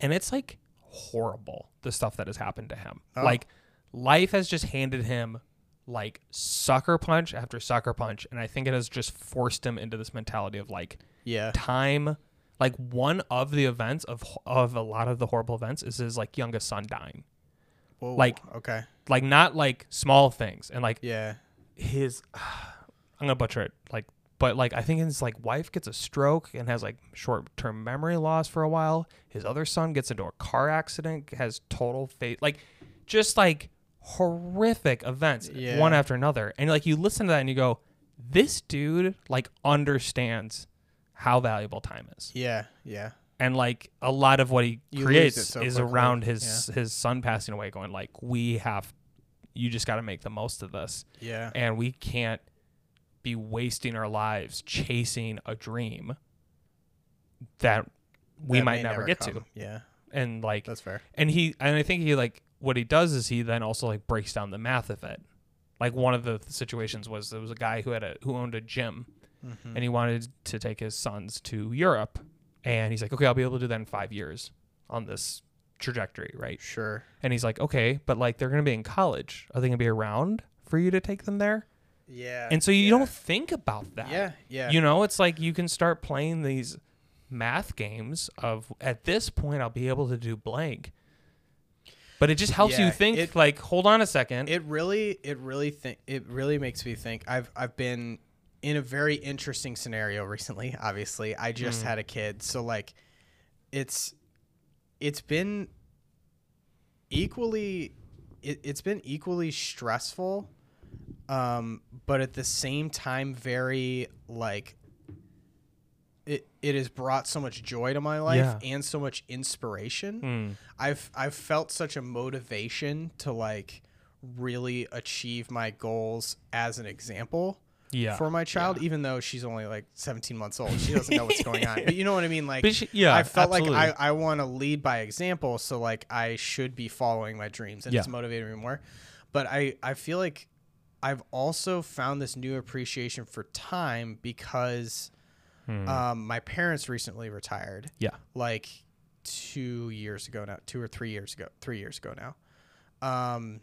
and it's like horrible the stuff that has happened to him. Like life has just handed him like sucker punch after sucker punch and I think it has just forced him into this mentality of like Yeah. time like one of the events of of a lot of the horrible events is his like youngest son dying. Whoa, like- okay. Like not like small things and like Yeah. his (sighs) I'm gonna butcher it like but like I think his like wife gets a stroke and has like short term memory loss for a while. His other son gets into a car accident, has total fate like just like horrific events Yeah. one after another. And like you listen to that and you go, This dude like understands how valuable time is Yeah. Yeah. and like a lot of what he You lose creates it so is quickly, around his his son passing away going like we have you just got to make the most of this Yeah. and we can't be wasting our lives chasing a dream that we That might may never, get to come. Yeah. and like That's fair. and he and i think he like what he does is he then also like breaks down the math of it like one of the situations was there was a guy who had a who owned a gym Mm-hmm. and he wanted to take his sons to europe and he's like okay i'll be able to do that in five years on this trajectory right Sure. and he's like okay but like they're gonna be in college are they gonna be around for you to take them there Yeah. and so you yeah. don't think about that Yeah. Yeah. you know, it's like you can start playing these math games of at this point I'll be able to do blank. But it just helps Yeah, you think it- like, hold on a second. it really it really think it really makes me think i've i've been in a very interesting scenario (laughs) recently obviously i just had a kid so like it's it's been equally it, it's been equally stressful um but at the same time very like it, it has brought so much joy to my life Yeah. and so much inspiration Mm. I've I've felt such a motivation to like really achieve my goals as an example yeah. for my child, even though she's only like 17 months old. She doesn't know what's going (laughs) on. But you know what I mean? Like, But she- yeah, I felt like absolutely. I, I want to lead by example. So, like, I should be following my dreams. And it's Yeah. motivating me more. But I, I feel like I've also found this new appreciation for time because Um, my parents recently retired. Mm. Yeah. like two years ago now, two or three years ago, three years ago now. Um,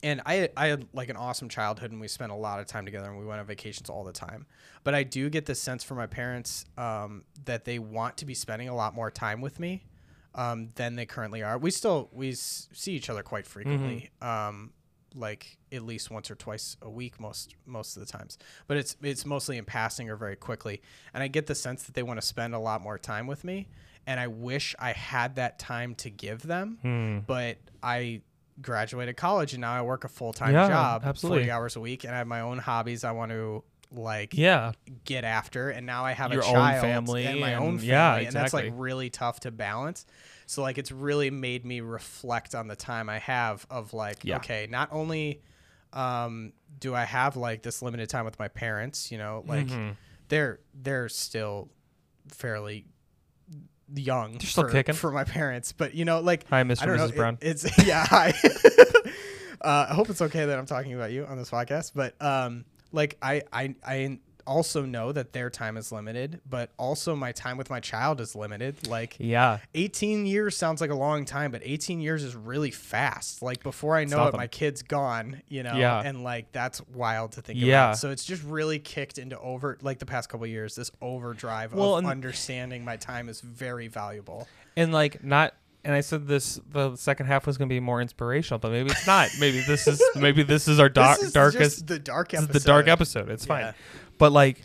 and I I had like an awesome childhood, and we spent a lot of time together, and we went on vacations all the time. But I do get the sense from my parents um, that they want to be spending a lot more time with me um, than they currently are. We still we s- see each other quite frequently. Um, like at least once or twice a week most most of the times but it's it's mostly in passing or very quickly and i get the sense that they want to spend a lot more time with me and i wish i had that time to give them Hmm. but i graduated college and now i work a full-time Yeah, job absolutely. 40 hours a week and i have my own hobbies i want to like Yeah. get after and now i have Your a own child family and my own and- family yeah, and that's like exactly. really tough to balance so like it's really made me reflect on the time i have of like Yeah. okay not only um do i have like this limited time with my parents you know like Mm-hmm. they're they're still fairly young they're still for, kicking. for my parents but you know like Hi, Mr. I don't and know, Mrs. it- Brown. it's (laughs) yeah. Hi. uh, I hope it's okay that I'm talking about you on this podcast, but um, like I I I also know that their time is limited, but also my time with my child is limited. Like. Yeah. 18 years sounds like a long time, but 18 years is really fast. Like before I know it, nothing. my kid's gone, you know, Yeah. and like that's wild to think Yeah. about. So it's just really kicked into over like the past couple years, this overdrive Well, of and- understanding my time is very valuable. and like not and I said this the second half was going to be more inspirational, but maybe it's not. maybe this is maybe this is our dark (laughs) This is darkest just the dark this is episode. the dark episode. It's Yeah. fine. But like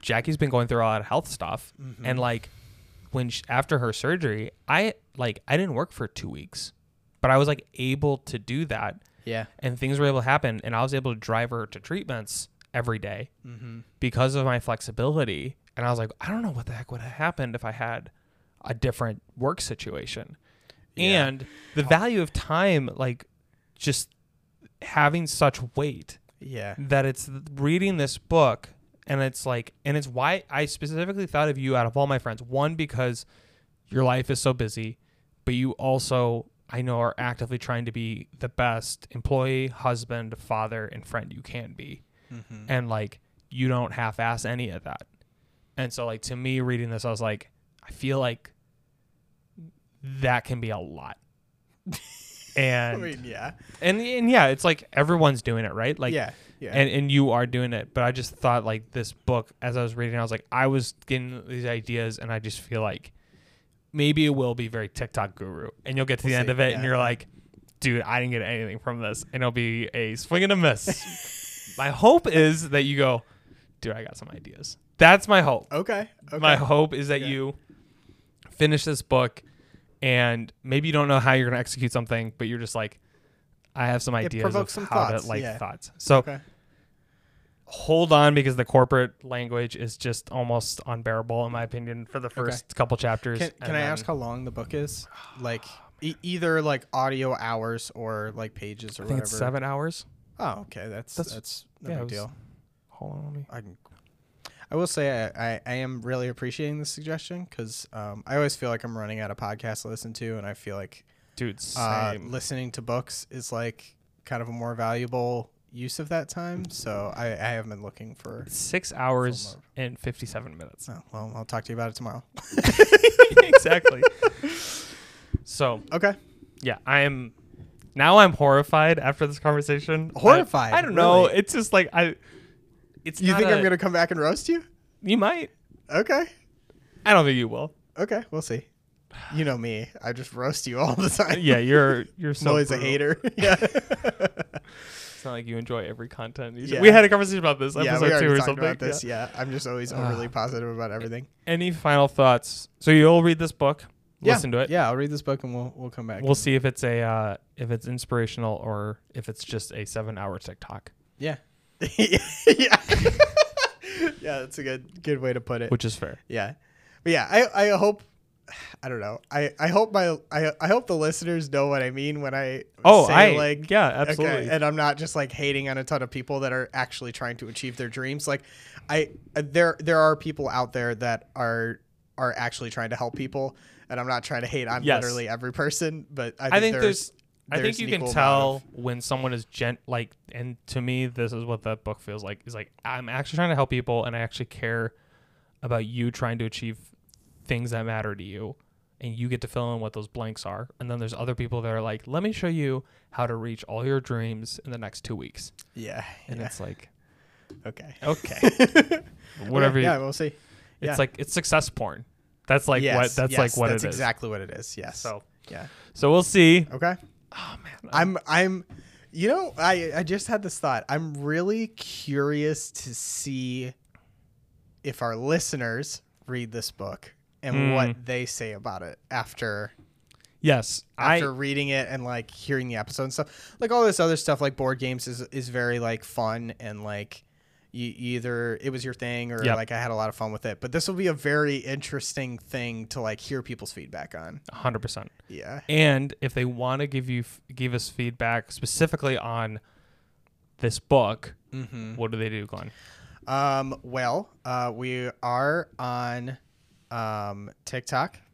Jackie's been going through a lot of health stuff and like when sh after her surgery, I like I didn't work for 2 weeks. But I was like able to do that Yeah. and things were able to happen and I was able to drive her to treatments every day Mm-hmm. because of my flexibility and I was like I don't know what the heck would have happened if I had a different work situation Yeah. and the value of time like just having such weight Yeah. that it's reading this book and it's like and it's why I specifically thought of you out of all my friends one because your life is so busy but you also I know are actively trying to be the best employee, husband, father and friend you can be. Mm-hmm. And like you don't half ass any of that. And so like to me reading this I was like I feel like that can be a (laughs) lot. I (laughs) and mean, yeah. and and yeah, it's like everyone's doing it, right? Like yeah. Yeah. and and you are doing it but i just thought like this book as i was reading i was like i was getting these ideas and i just feel like maybe it will be very tiktok guru and you'll get to the We'll end see, of it and yeah. you're like dude i didn't get anything from this and it'll be a swing and a miss (laughs) my hope is that you go dude i got some ideas that's my hope okay. Okay. my hope is that you finish this book and maybe you don't know how you're going to execute something but you're just like i have some ideas of provokes some how thoughts, to like yeah. thoughts so okay. hold on because the corporate language is just almost unbearable in my opinion for the first couple chapters. Can, can and I then- ask how long the (sighs) book is? Like e- either like audio hours or like pages or I think whatever. it's seven hours. Oh, okay. That's That's- that's, no yeah, it big was- deal. Hold on, let me. I can. I will say I, I, I am really appreciating this suggestion because um, I always feel like I'm running out of podcasts to listen to, and I feel like Dude, uh, same. listening to books is like kind of a more valuable use of that time. So I, I have been looking for. Six hours and fifty-seven minutes. Oh, well, I'll talk to you about it tomorrow. (laughs) (laughs) exactly. So Okay. yeah, I am. Now I'm horrified after this conversation. I- Horrified, I, don't know. really? It's just like I. It's You not think i am a- I'm gonna come back and roast you? You might. Okay. I don't think you (laughs) will. Okay, we'll see. You know me. I just roast you all the time. Yeah, you're you're (laughs) I'm so always a brutal. (laughs) hater. yeah. It's not like you enjoy every content. You- Yeah. We had a conversation about this yeah, episode we two already or talked something. about this. Yeah. Ah. Yeah. I'm just always overly positive about everything. Any final thoughts? So you'll read this book, listen to it. Yeah, I'll read this book and we'll we'll come back. We'll see if it's a uh, if it's inspirational or if it's just a seven hour TikTok, yeah. (laughs) yeah. (laughs) yeah, that's a good good way to put it. which is fair. Yeah. But yeah, I, I hope I don't know. I, I hope my I, I hope the listeners know what I mean when I Oh, say I- like yeah, absolutely. and I'm not just like hating on a ton of people that are actually trying to achieve their dreams. Like I uh, there there are people out there that are are actually trying to help people and I'm not trying to hate on Yes. literally every person, but I think, I think there's, there's, I there's think you an can equal amount tell of- when someone is gent like and to me this is what that book feels like. Is like I'm actually trying to help people and I actually care about you trying to achieve things that matter to you and you get to fill in what those blanks are and then there's other people that are like let me show you how to reach all your dreams in the next two weeks Yeah. and yeah. it's (laughs) like okay. (laughs) okay Oh, (laughs) whatever you, Yeah, we'll see. it's yeah. like it's success porn that's like Yes, what that's yes, like what that's it is exactly what it is. Yes. so yeah. so we'll see Okay. oh man I'm I'm you know, I I just had this thought. I'm really curious to see if our listeners read this book and Hmm. what they say about it after yes i after reading it and like hearing the episode and stuff. Like all this other stuff like board games is is very like fun and like you you either it was your thing or Yep. like I had a lot of fun with it. But this will be a very interesting thing to like hear people's feedback on. 100% Yeah. And if they want to give you give us feedback specifically on this book, Mm-hmm. what do they do, Glenn? Um, well, uh, we are on um, TikTok. (laughs)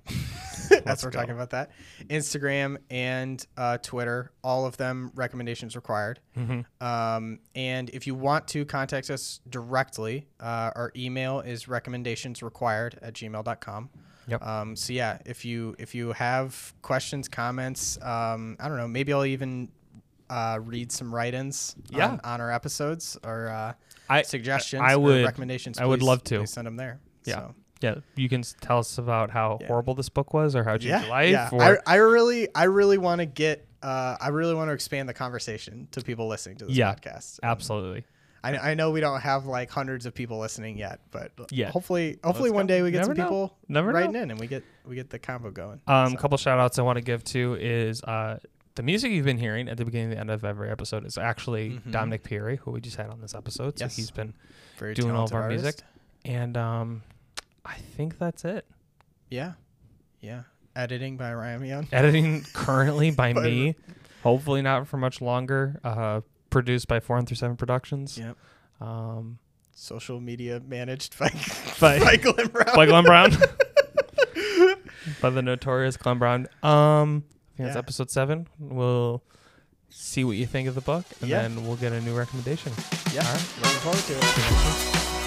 That's Let's what we're go. talking about that. Instagram and uh, Twitter, all of them recommendations required. Mm-hmm. Um, and if you want to contact us directly, uh, our email is recommendationsrequired at gmail.com. Yep. Um, so yeah, if you if you have questions, comments, um, I don't know, maybe I'll even uh, read some write-ins Yeah. on, on our episodes or uh, I suggestions I would or recommendations I would please- love to. please send them there Yeah. So- Yeah, you can s- tell us about how horrible this book was, or how it changed yeah your life, yeah or I, I really i really want to get uh, i really want to expand the conversation to people listening to this Yeah. podcast absolutely. I, I know we don't have like hundreds of people listening yet but Yeah. hopefully hopefully Let's one go. day we get Never some know. people Never writing know. in and we get we get the combo going Um, a couple shout outs I want to give to is uh, the music you've been hearing at the beginning and the end of every episode is actually Dominic Pieri, who we just had on this episode. So Mm-hmm. Yes. he's been Very doing all of talented our artist. music, and um, I think that's it. yeah yeah editing by Ryan editing currently by By- me. Hopefully not for much longer. Uh, produced by Four and Through Seven Productions. yep Um, social media managed by (laughs) By- by Glenn Brown. by Glenn Brown. (laughs) by the notorious Glenn Brown. Um, I think that's Yeah. episode seven. We'll see what you think of the book, and Yeah. then we'll get a new recommendation. yeah All right. looking forward to it